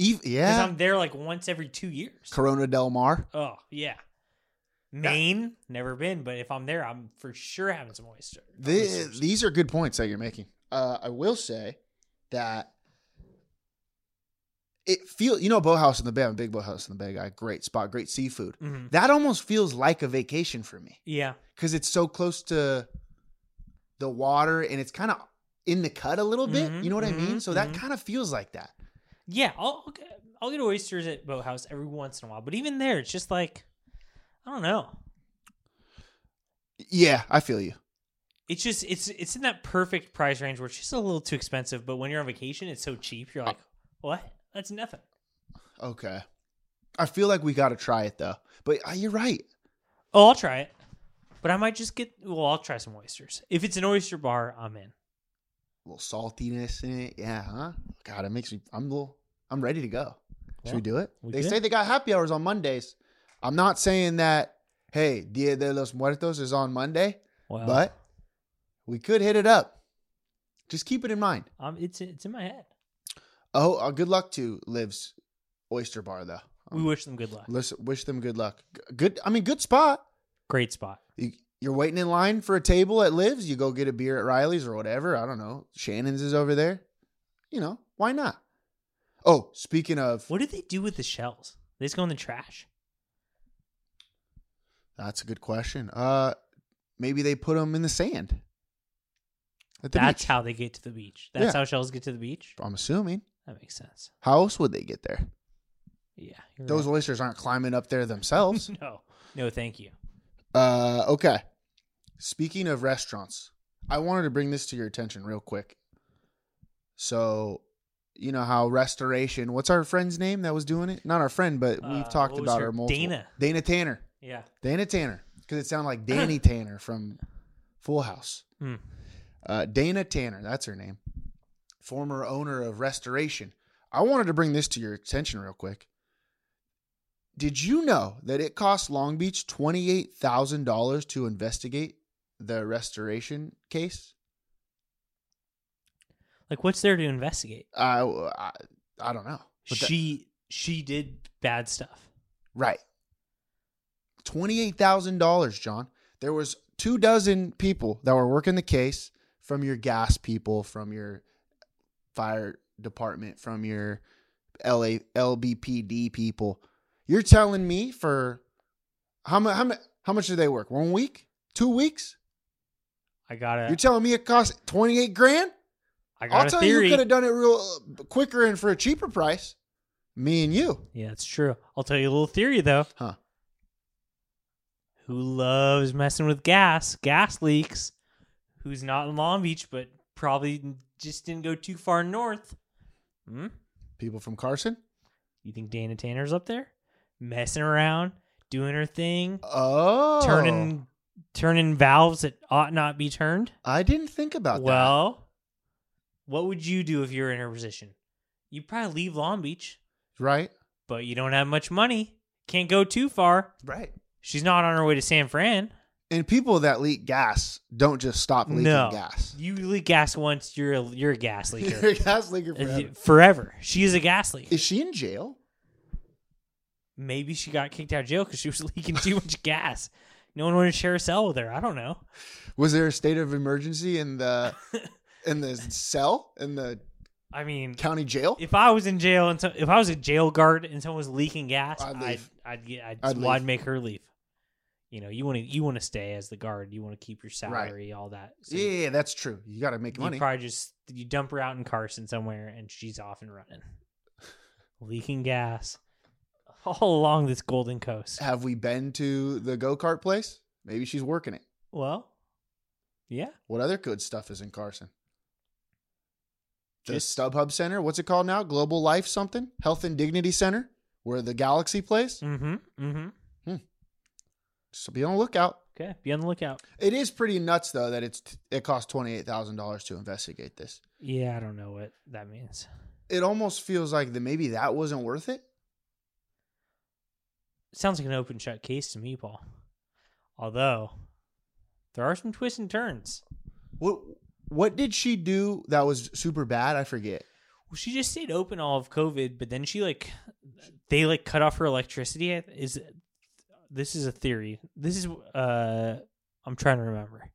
B: Ev-
C: because
B: yeah.
C: I'm there like once every two years.
B: Corona Del Mar.
C: Oh yeah, Maine never been, but if I'm there, I'm for sure having some oyster.
B: Th
C: oysters.
B: these are good points that you're making. Uh, I will say that it feel you know Boathouse in the Bay. I'm a big Boathouse in the Bay guy. Great spot, great seafood.
C: Mhm.
B: That almost feels like a vacation for me.
C: yeah,
B: because it's so close to the water and it's kind of in the cut a little bit.
C: Mhm,
B: you know what I mean?
C: mhm,
B: So that kind of feels like that.
C: yeah. I'll I'll get, I'll get oysters at Boathouse every once in a while, but even there, it's just like I don't know.
B: Yeah, I feel you.
C: It's just it's it's in that perfect price range where it's just a little too expensive, but when you're on vacation, it's so cheap. You're like, what? That's nothing.
B: Okay. I feel like we got to try it though. But uh, you're right.
C: Oh, I'll try it, but I might just get. Well, I'll try some oysters. If it's an oyster bar, I'm in.
B: A little saltiness in it. Yeah, huh? God, it makes me I'm a little I'm ready to go. Should we
C: Yeah,
B: do it?
C: we
B: they
C: could.
B: say they got happy hours on Mondays. I'm not saying that hey, Dia de los Muertos is on Monday,
C: Well,
B: but we could hit it up. Just keep it in mind.
C: um, it's it's in my head.
B: Oh, uh, good luck to Liv's Oyster Bar though.
C: We wish them good luck.
B: Listen, wish them good luck. G- Good, I mean, good spot.
C: Great spot.
B: You, you're waiting in line for a table at Liv's. You go get a beer at Riley's or whatever. I don't know. Shannon's is over there. You know, Why not? Oh, speaking of,
C: What do they do with the shells? They just go in the trash.
B: that's a good question. Uh, maybe they put them in the sand. At the
C: That's
B: beach.
C: how they get to the beach.
B: Yeah.
C: That's how shells get to the beach.
B: I'm assuming.
C: That makes sense.
B: How else would they get there?
C: Yeah. you're
B: Those
C: right.
B: oysters aren't climbing up there themselves.
C: no, no, thank you.
B: Uh, okay. Speaking of restaurants, I wanted to bring this to your attention real quick. So, you know how restoration? What's our friend's name that was doing it? Not our friend, but we've
C: Uh,
B: talked
C: what was
B: about
C: her-
B: her multiple.
C: Dana.
B: Dana Tanner.
C: Yeah.
B: Dana Tanner, because it sounded like Danny Tanner from Full House.
C: Hmm.
B: Uh, Dana Tanner, that's her name. Former owner of Restoration. I wanted to bring this to your attention real quick. Did you know that it cost Long Beach $28,000 to investigate the restoration case?
C: Like, what's there to investigate?
B: I, I, I don't know. But that-
C: she she did bad stuff.
B: Right. $28,000, John. There was two dozen people that were working the case from your gas people, from your fire department, from your LA, LBPD people. You're telling me for how much, how much, how much did they work? One week? Two weeks?
C: I got a.
B: You're telling me it cost 28 grand?
C: I got
B: I'll
C: a
B: tell you,
C: theory.
B: you could have done it real uh, quicker and for a cheaper price. Me and you.
C: yeah, it's true. I'll tell you a little theory though.
B: Huh.
C: Who loves messing with gas? Gas leaks. Who's not in Long Beach, but probably just didn't go too far north. Hmm.
B: People from Carson?
C: You think Dana Tanner's up there, messing around, doing her thing,
B: Oh.
C: turning turning valves that ought not be turned?
B: I didn't think about that.
C: well, what would you do if you were in her position? You probably leave Long Beach,
B: Right?
C: but you don't have much money. Can't go too far.
B: Right.
C: She's not on her way to San Fran.
B: And people that leak gas don't just stop leaking
C: no
B: gas.
C: You leak gas once, you're a, you're a gas
B: You're
C: leaker
B: a gas leaker
C: forever.
B: forever.
C: She is a gas leaker.
B: Is she in jail?
C: Maybe she got kicked out of jail because she was leaking too much gas. No one wanted to share a cell with her. I don't know.
B: Was there a state of emergency in the in the cell in the
C: I mean,
B: county jail?
C: if I was in jail and so, if I was a jail guard and someone was leaking gas,
B: I'd
C: I'd I'd,
B: leave.
C: I'd get I'd,
B: I'd
C: well, I'd
B: leave.
C: make her leave. You know, you want to you want to stay as the guard. You want to keep your salary, all that. So
B: yeah, yeah, that's true. You got to make
C: you,
B: money.
C: you probably just you dump her out in Carson somewhere, and she's off and running, leaking gas all along this Golden Coast.
B: Have we been to the go kart place? Maybe she's working it.
C: Well, yeah,
B: What other good stuff is in Carson? The
C: Just-
B: StubHub Center. What's it called now? Global Life something? Health and Dignity Center, where the Galaxy plays.
C: mm-hmm, mm-hmm.
B: So be on the lookout.
C: Okay, be on the lookout.
B: It is pretty nuts though that it's it cost twenty eight thousand dollars to investigate this.
C: Yeah, I don't know what that means.
B: It almost feels like that maybe that wasn't worth it.
C: sounds like an open shut case to me, Paul. Although there are some twists and turns.
B: What what did she do that was super bad? I forget.
C: Well, she just stayed open all of COVID, but then she like they like cut off her electricity. Is this is a theory? This is uh I'm trying to remember.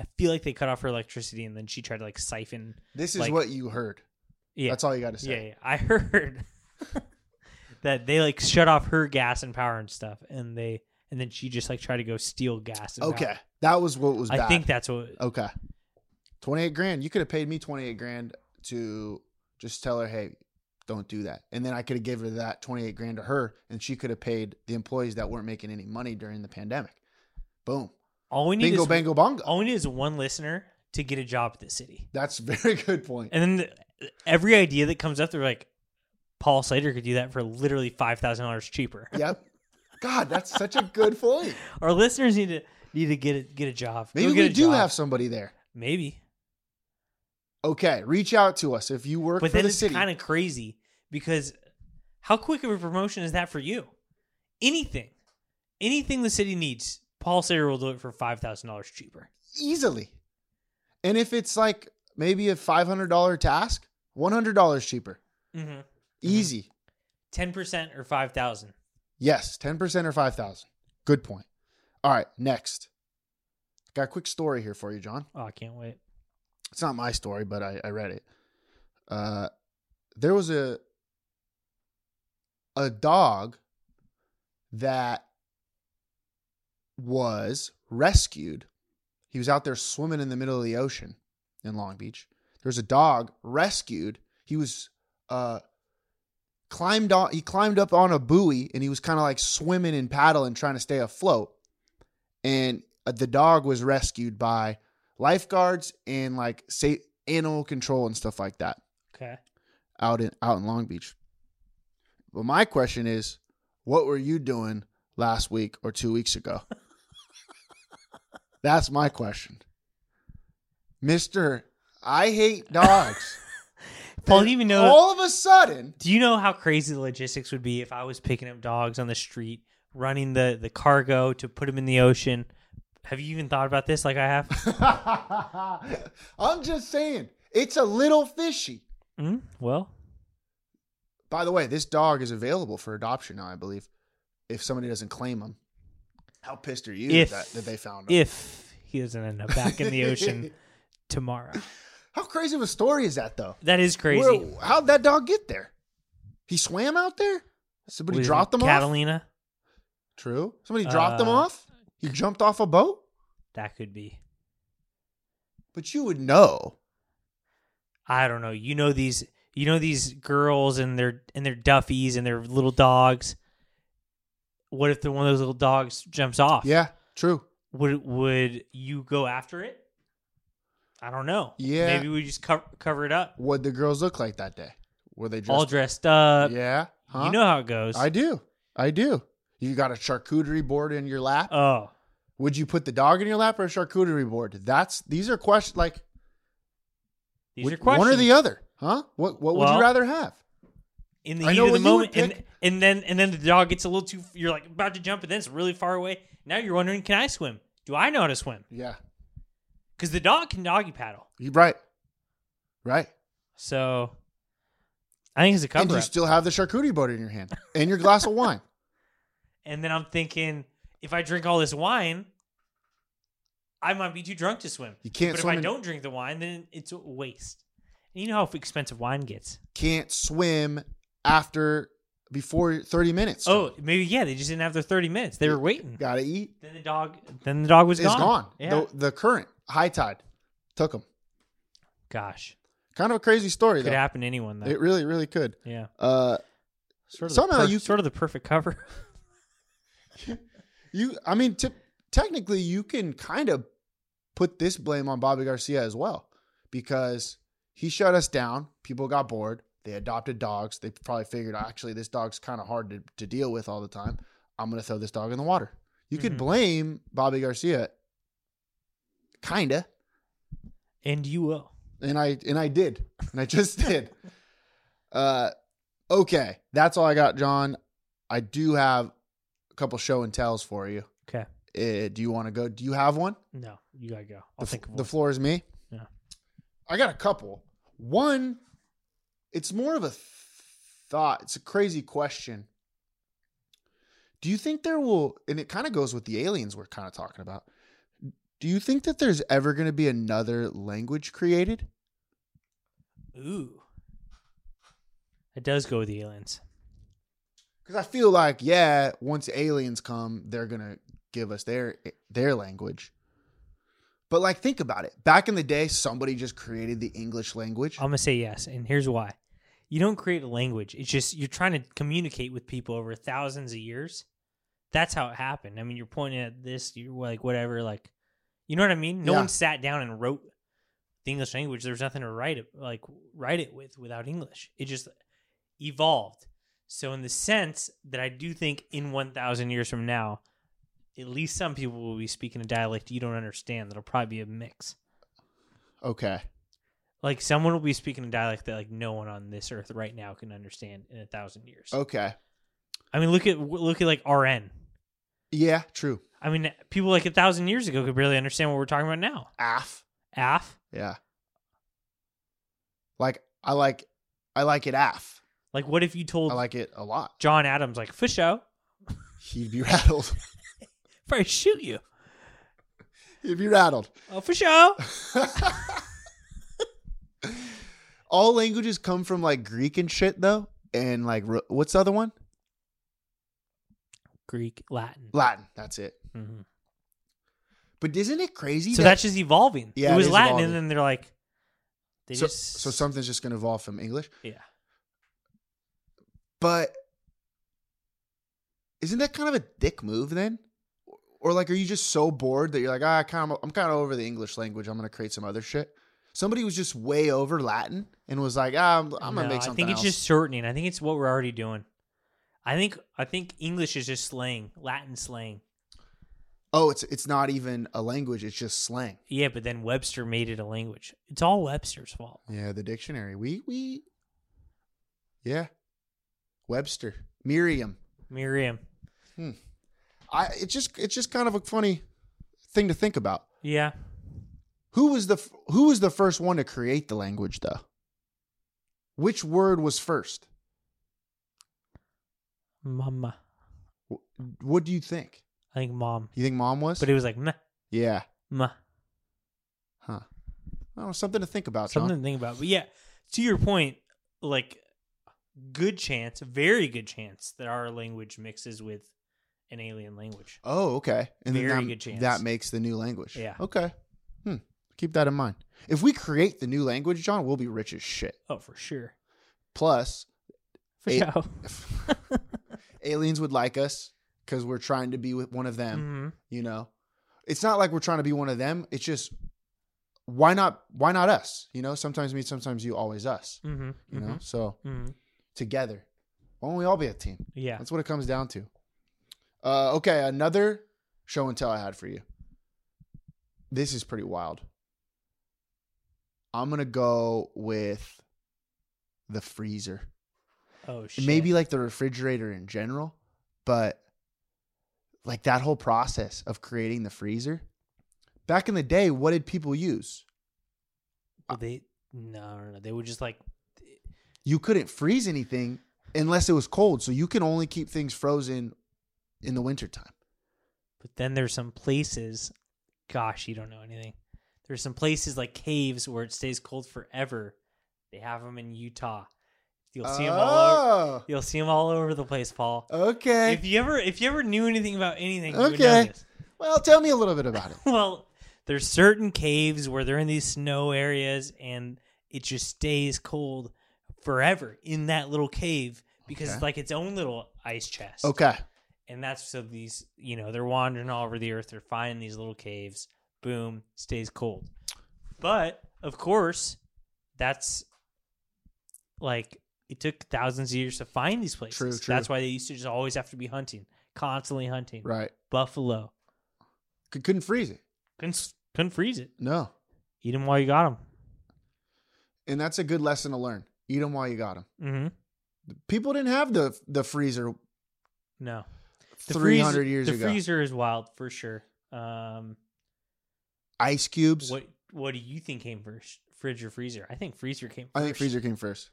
C: I feel like they cut off her electricity and then she tried to like siphon.
B: This is
C: Like-
B: what you heard.
C: Yeah,
B: That's all you got to say.
C: yeah, yeah. I heard that they like shut off her gas and power and stuff, and they and then she just like tried to go steal gas. And
B: Okay,
C: power.
B: that was what was. Bad.
C: I think that's what
B: Okay, twenty eight grand. You could have paid me twenty eight grand to just tell her, hey, don't do that, and then I could have given her that twenty eight grand to her, and she could have paid the employees that weren't making any money during the pandemic. Boom,
C: all we need
B: bingo,
C: is
B: bango, bongo.
C: all we need is one listener to get a job at the city.
B: That's a very good point.
C: And then the, every idea that comes up, they're like, Paul Slater could do that for literally five thousand dollars cheaper.
B: Yep. God, that's such a good point.
C: Our listeners need to need to get a, get a job. Go
B: Maybe
C: get
B: we
C: a
B: do
C: job.
B: have somebody there.
C: maybe,
B: Okay, reach out to us if you work
C: but
B: for
C: then
B: the
C: it's
B: city.
C: kind of crazy because how quick of a promotion is that for you? Anything, anything the city needs, Paul Slater will do it for five thousand dollars cheaper.
B: Easily. And if it's like maybe a $500 task, $100 cheaper.
C: Mm-hmm.
B: Easy.
C: Ten percent or five thousand.
B: Yes, 10% or 5000 Good point. All right, next. Got a quick story here for you, John.
C: Oh, I can't wait.
B: It's not my story, but I, I read it. Uh, there was a a dog that was rescued. He was out there swimming in the middle of the ocean in Long Beach. There was a dog rescued. He was uh climbed on he climbed up on a buoy and he was kind of like swimming and paddling trying to stay afloat. And uh, the dog was rescued by lifeguards and like say animal control and stuff like that
C: Okay.
B: out in out in Long Beach. But my question is, what were you doing last week or two weeks ago? That's my question, Mister. I hate dogs.
C: Paul, do you even know?
B: All of a sudden,
C: do you know how crazy the logistics would be if I was picking up dogs on the street, running the the cargo to put them in the ocean? Have you even thought about this? Like I have.
B: I'm just saying it's a little fishy.
C: mm, well,
B: By the way, this dog is available for adoption now, I believe. If somebody doesn't claim him, how pissed are you
C: If-
B: that, that they found him?
C: if he doesn't end up back in the ocean tomorrow,
B: How crazy of a story is that, though?
C: that is crazy.
B: Where- how'd that dog get there? He swam out there. Somebody
C: Was it
B: dropped him off.
C: Catalina.
B: True. Somebody dropped him
C: Uh,
B: off. He jumped off a boat.
C: That could be.
B: But you would know.
C: I don't know. You know these. You know these girls and their and their duffies and their little dogs. What if the one of those little dogs jumps off?
B: Yeah. True.
C: Would would you go after it? I don't know.
B: Yeah.
C: Maybe we just cover cover it up,
B: What the girls look like that day? Were they dressed?
C: all dressed up.
B: yeah. Huh?
C: You know how it goes.
B: I do. I do. You got a charcuterie board in your lap.
C: oh,
B: would you put the dog in your lap or a charcuterie board? That's these are questions like
C: these
B: would-
C: are questions.
B: one or the other, huh? What what would you
C: Well,
B: rather have?
C: In the
B: I
C: heat
B: know
C: of
B: what you
C: the
B: would
C: moment, and,
B: pick.
C: and then and then the dog gets a little too. You're like about to jump, and then it's really far away. Now you're wondering, can I swim? Do I know how to swim?
B: Yeah.
C: Because the dog can doggy paddle.
B: You right. Right.
C: So I think it's a
B: and
C: cover
B: you
C: up.
B: still have the charcuterie board in your hand and your glass of wine.
C: and then I'm thinking, if I drink all this wine, I might be too drunk to swim.
B: You can't
C: But
B: swim
C: if I
B: in-
C: don't drink the wine, then it's a waste. And you know how expensive wine gets.
B: Can't swim after before 30 minutes.
C: Oh, maybe yeah, they just didn't have their 30 minutes. They were waiting.
B: gotta eat.
C: Then the dog, then the dog was
B: It's
C: gone.
B: gone.
C: Yeah.
B: The, the current high tide took them.
C: Gosh,
B: Kind of a crazy story
C: could
B: though.
C: happen to anyone though.
B: It really, really could.
C: yeah.
B: Uh,
C: Sort of
B: Somehow
C: the per-
B: you-
C: sort of the perfect cover.
B: you, I mean, t- technically, you can kind of put this blame on Bobby Garcia as well because he shut us down. People got bored. They adopted dogs. They probably figured, actually, this dog's kind of hard to, to deal with all the time. I'm going to throw this dog in the water. You could
C: Mhm.
B: blame Bobby Garcia, kind of.
C: and you will.
B: And I and I did. And I just did. Uh okay. That's all I got, John. I do have a couple show and tells for you.
C: Okay.
B: Uh, do you want to go? Do you have one?
C: No, you gotta go.
B: The,
C: I'll think of
B: the
C: one.
B: floor is me.
C: Yeah.
B: I got a couple. One, it's more of a th- thought. It's a crazy question. Do you think there will, and it kind of goes with the aliens we're kind of talking about. Do you think that there's ever going to be another language created?
C: Ooh, it does go with the aliens.
B: Because I feel like, yeah, once aliens come, they're gonna give us their their language. But like, think about it. Back in the day, somebody just created the English language.
C: I'm gonna say yes, and here's why. You don't create a language. It's just you're trying to communicate with people over thousands of years. That's how it happened. I mean, you're pointing at this, you're like whatever, like you know what I mean? No
B: Yeah.
C: one sat down and wrote the English language. There was nothing to write it like write it with without English. It just evolved. So in the sense that I do think in 1000 years from now, at least some people will be speaking a dialect you don't understand. That'll probably be a mix
B: okay,
C: like someone will be speaking a dialect that like no one on this earth right now can understand in a thousand years.
B: okay,
C: I mean, look at look at like RN.
B: yeah, true.
C: I mean, people like a thousand years ago could barely understand what we're talking about now.
B: Af,
C: Af,
B: yeah. Like I like, I like it. Af,
C: like what if you told
B: I like it a lot.
C: John Adams like fish out,
B: He'd be rattled.
C: probably shoot you.
B: He'd be rattled.
C: Oh, fish out.
B: all languages come from like Greek and shit though, and like Ro- what's the other one?
C: Greek, Latin.
B: Latin. That's it.
C: Mhm.
B: But isn't it crazy?
C: So
B: that-
C: that's just evolving.
B: Yeah,
C: it
B: it
C: was
B: is
C: Latin,
B: evolving.
C: and then they're like, they
B: so,
C: just
B: so something's just gonna evolve from English.
C: yeah.
B: But isn't that kind of a dick move then? Or like, are you just so bored that you're like, ah, I kind of, I'm kind of over the English language. I'm gonna create some other shit. Somebody was just way over Latin and was like, ah, I'm, I'm gonna
C: No,
B: make
C: I
B: something
C: think it's
B: else.
C: just shortening. I think it's what we're already doing. I think I think English is just slang, Latin slang.
B: oh, it's it's not even a language. It's just slang.
C: Yeah, but then Webster made it a language. It's all Webster's fault.
B: Yeah, the dictionary. We we. Yeah, Webster, Miriam.
C: Miriam.
B: I it's just it's just kind of a funny thing to think about.
C: Yeah.
B: Who was the f- who was the first one to create the language though? Which word was first?
C: Mama.
B: What do you think?
C: I think mom.
B: You think mom was?
C: But it was like meh,
B: yeah.
C: meh.
B: Huh. I don't know, something to think about,
C: Something
B: John.
C: to think about. But yeah, to your point, like good chance, very good chance that our language mixes with an alien language.
B: Oh, okay. And then
C: Very
B: that,
C: good chance.
B: that makes the new language.
C: Yeah.
B: Okay. Hmm. Keep that in mind. If we create the new language, John, we'll be rich as shit.
C: Oh, for sure.
B: Plus,
C: For
B: Eight-
C: sure.
B: aliens would like us because we're trying to be with one of them.
C: hmm
B: you know it's not like we're trying to be one of them it's just why not why not us you know sometimes me sometimes you always us
C: hmm
B: you know so
C: hmm
B: together why don't we all be a team
C: Yeah.
B: that's what it comes down to uh, okay another show and tell i had for you this is pretty wild i'm gonna go with the freezer
C: Oh shit.
B: maybe like the refrigerator in general, but like that whole process of creating the freezer. Back in the day, what did people use?
C: Well, they no, no, no. They would just like
B: You couldn't freeze anything unless it was cold, so you can only keep things frozen in the wintertime.
C: But then there's some places, gosh, you don't know anything. There's some places like caves where it stays cold forever. They have them in Utah. You'll see them all. Over, you'll see 'em all over the place, Paul.
B: Oh. okay.
C: If you ever, if you ever knew anything about anything, you would know
B: Okay.
C: this.
B: Well, tell me a little bit about it.
C: Well, there's certain caves where they're in these snow areas, and it just stays cold forever in that little cave because it's
B: Okay.
C: like its own little ice chest.
B: Okay.
C: and that's so these you know they're wandering all over the earth they're finding these little caves boom stays cold but of course that's like it took thousands of years to find these places
B: True, true.
C: that's why they used to just always have to be hunting constantly hunting
B: Right.
C: buffalo
B: C- couldn't freeze it.
C: couldn't, s- couldn't freeze it
B: No.
C: eat them while you got them
B: And that's a good lesson to learn. Eat them while you got them.
C: mm-hmm
B: People didn't have the the freezer
C: no
B: three
C: freezer-
B: hundred years
C: the
B: ago.
C: freezer is wild for sure um
B: Ice cubes.
C: what what do you think came first fridge or freezer i think freezer came
B: I
C: first
B: think freezer came first.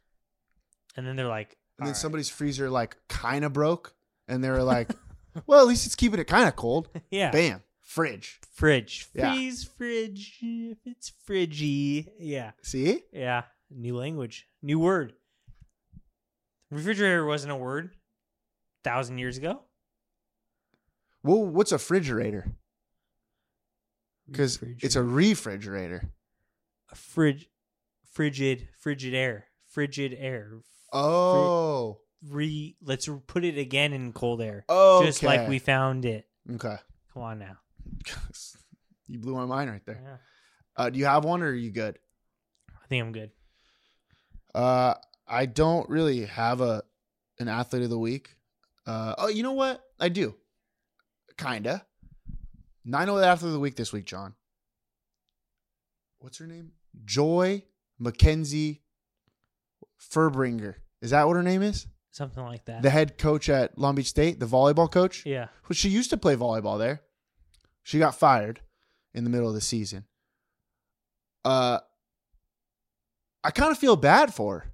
C: and then they're like
B: And then
C: "All right."
B: somebody's freezer like kind of broke, and they were like, "Well, at least it's keeping it kind of cold."
C: yeah
B: Bam, fridge.
C: Fridge.
B: Yeah.
C: Freeze, fridge. If It's fridgy. Yeah.
B: See?
C: Yeah. New language. New word. Refrigerator wasn't a word thousand years ago.
B: Well, what's a refrigerator? Because it's a
C: Refrigerator.
B: refrigerator.
C: a fridge frigid frigid air. Frigid air.
B: Uh, Oh,
C: Re let's put it again in cold air. Just
B: Okay.
C: like we found it.
B: okay.
C: Come on now.
B: you blew my mind right there.
C: Yeah.
B: Uh, do you have one, or are you good?
C: I think I'm good.
B: Uh, I don't really have a an athlete of the week. Uh, oh, you know what? I do. Kinda. Nine know the athlete of the week this week, John. What's her name? Joy Mackenzie Furbringer. Is that what her name is?
C: Something like that.
B: The head coach at Long Beach State, the volleyball coach.
C: yeah.
B: Well, she used to play volleyball there. She got fired in the middle of the season. Uh, I kind of feel bad for her.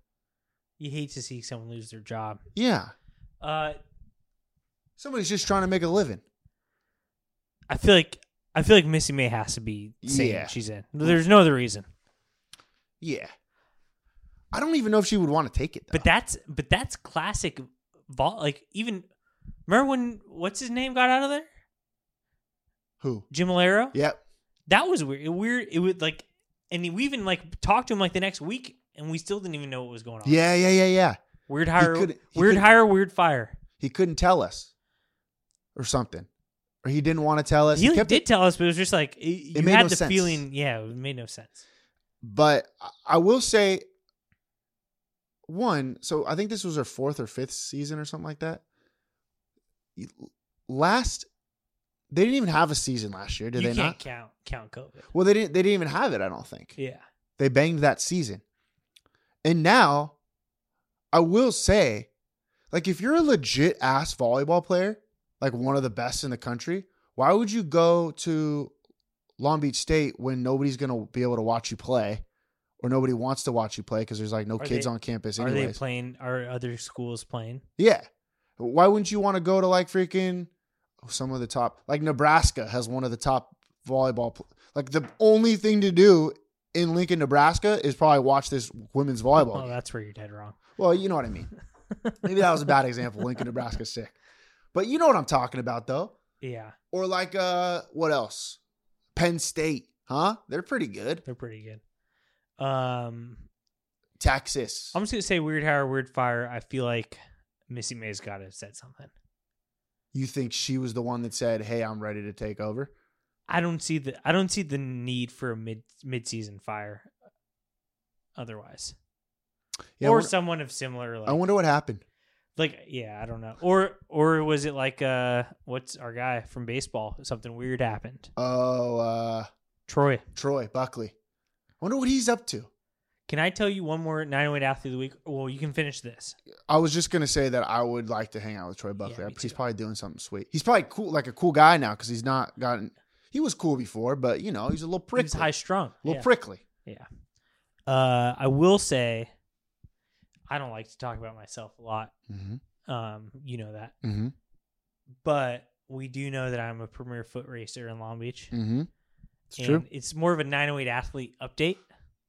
C: You hate to see someone lose their job.
B: Yeah.
C: Uh
B: Somebody's just trying to make a living.
C: I feel like I feel like Missy May has to be saying
B: Yeah.
C: she's in. There's no other reason.
B: Yeah. I don't even know if she would want to take it. Though.
C: But that's but that's classic. Vol- like even remember when what's his name got out of there?
B: who?
C: Jim Valero.
B: Yep.
C: That was weird. It weird. It would like, and we even like talked to him like the next week, and we still didn't even know what was going on.
B: Yeah, yeah, yeah, yeah.
C: Weird hire.
B: couldn't- he
C: weird
B: couldn't-
C: hire. Weird fire.
B: He couldn't tell us, or something, or he didn't want to tell us.
C: He
B: kept
C: did
B: it-
C: tell us, but it was just like it, you
B: made
C: had
B: no
C: the
B: sense.
C: feeling. Yeah, it made no sense.
B: but I- I will say, one. So I think this was her fourth or fifth season or something like that. Last, they didn't even have a season last year, did
C: you
B: they
C: can't
B: not?
C: count count COVID.
B: Well, they didn't. They didn't even have it. I don't think.
C: Yeah,
B: They banged that season. And now, I will say, like, if you're a legit ass volleyball player, like one of the best in the country, why would you go to Long Beach State when nobody's going to be able to watch you play or nobody wants to watch you play because there's like no
C: Are
B: kids
C: they-
B: on campus
C: are they
B: anyways?
C: playing? Are other schools playing?
B: yeah. Why wouldn't you want to go to like freaking some of the top, like Nebraska has one of the top volleyball, pl- like the only thing to do in Lincoln, Nebraska is probably watch this women's volleyball.
C: Oh,
B: game.
C: that's where you're dead wrong.
B: Well, you know what I mean. Maybe that was a bad example. Lincoln, Nebraska's sick. But you know what I'm talking about though.
C: Yeah,
B: Or like uh what else? Penn State, huh? They're pretty good.
C: they're pretty good. Um,
B: Texas.
C: I'm just gonna say weird hire, weird fire. I feel like Missy May's got to have said something.
B: You think she was the one that said, "Hey, I'm ready to take over"?
C: I don't see the I don't see the need for a mid mid season fire. Otherwise,
B: Yeah, I
C: or
B: wonder-
C: someone of similar like,
B: I wonder what happened.
C: like yeah, I don't know. Or or was it like uh what's our guy from baseball? Something weird happened.
B: Oh, uh
C: Troy,
B: Troy Buckley. I wonder what he's up to.
C: can I tell you one more 908 athlete of the week? Well, you can finish this.
B: I was just gonna say that I would like to hang out with Troy Buckley.
C: me
B: he's
C: too.
B: probably doing something sweet. He's probably cool, like a cool guy now, because he's not gotten. He was cool before, but you know, he's a little
C: He
B: prickly.
C: was high strung.
B: little
C: yeah.
B: prickly.
C: Uh, I will say, I don't like to talk about myself a lot. Um, you know that.
B: Mm-hmm.
C: but we do know that I'm a premier foot racer in Long Beach.
B: Mm-hmm. It's
C: and it's more of a 908 athlete update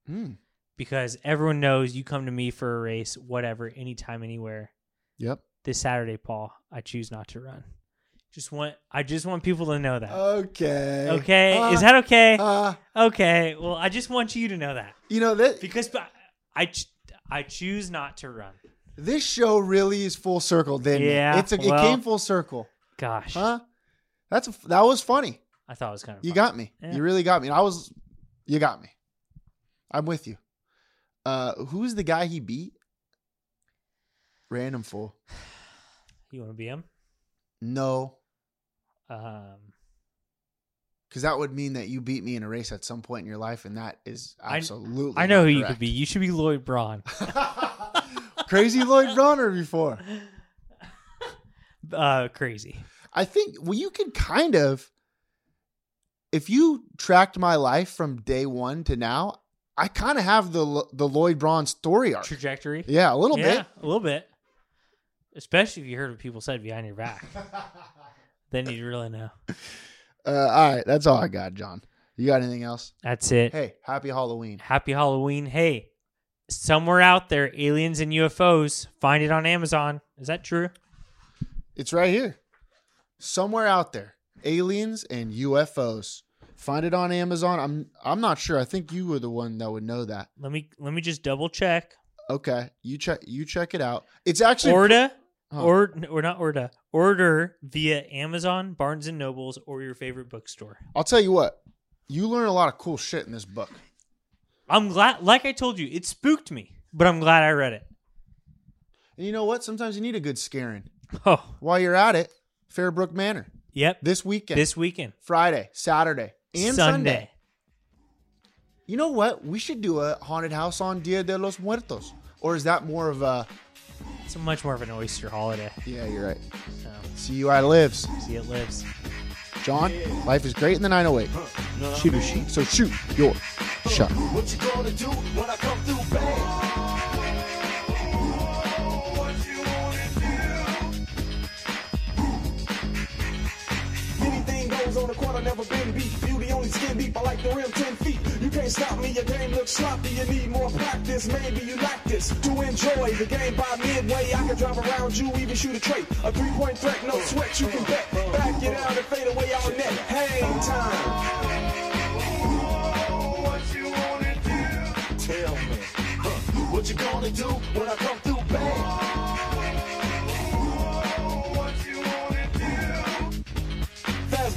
B: Mm.
C: because everyone knows you come to me for a race, whatever, anytime, anywhere.
B: Yep.
C: This Saturday, Paul, I choose not to run. Just want I just want people to know that.
B: Okay.
C: okay,
B: Uh,
C: is that okay?
B: Uh,
C: okay, well, I just want you to know that
B: you know that
C: because I- I ch- I choose not to run.
B: this show really is full circle, didn't
C: Yeah,
B: it? It's a,
C: well-
B: it came full circle,
C: Gosh,
B: huh? That's a, that was funny.
C: I thought it was kind of
B: You got me.
C: Yeah.
B: You really got me. And I was, you got me. I'm with you. Uh, who's the guy he beat? Random fool.
C: You want to be him?
B: No,
C: Um,
B: because that would mean that you beat me in a race at some point in your life, and that is
C: I-
B: absolutely.
C: I know
B: not
C: who you
B: correct.
C: could be. You should be Lloyd Braun.
B: Crazy Lloyd Bronner before.
C: uh crazy
B: I think well, you can kind of. If you tracked my life from day one to now, I kind of have the Lo- the Lloyd Braun story arc.
C: trajectory.
B: Yeah, a little
C: yeah,
B: bit.
C: a little bit. Especially if you heard what people said behind your back, then you'd really know.
B: Uh, all right, that's all I got, John. You got anything else?
C: That's it.
B: Hey, happy Halloween.
C: Happy Halloween! Hey, somewhere out there, aliens and UFOs. Find it on Amazon. Is that true?
B: It's right here. Somewhere out there, aliens and UFOs. Find it on Amazon. I'm I'm not sure. I think you were the one that would know that.
C: Let me let me just double check.
B: Okay, you check you check it out. It's actually
C: Order,
B: Huh.
C: or or not order. Order via Amazon, Barnes and Nobles, or your favorite bookstore.
B: I'll tell you what. You learn a lot of cool shit in this book.
C: I'm glad. Like I told you, it spooked me, but I'm glad I read it.
B: And you know what? Sometimes you need a good scaring.
C: Oh,
B: While you're at it, Fairbrook Manor
C: yep.
B: this weekend,
C: This weekend,
B: Friday, Saturday, and Sunday.
C: Sunday.
B: You know what? We should do a haunted house on Dia de los Muertos. Or is that more of a?
C: It's much more of an oyster holiday.
B: Yeah, you're right.
C: So,
B: CUI lives.
C: see, it lives.
B: John, life is great in the 908. Shoot or shoot. So shoot your shot.
G: What you gonna do when I come through bang? Anything goes on the court, I never been beat. Beauty only skin skin deep. I like the rim 10 feet. You can't stop me. Your game looks sloppy. You need more practice. Maybe you like this. To enjoy the game by midway, I can drive around you, even shoot a trait. A three point threat, no sweat. You can bet. Back it out and fade away all net. Hang time. Tell me, huh, what you gonna do when I come through bang? Fast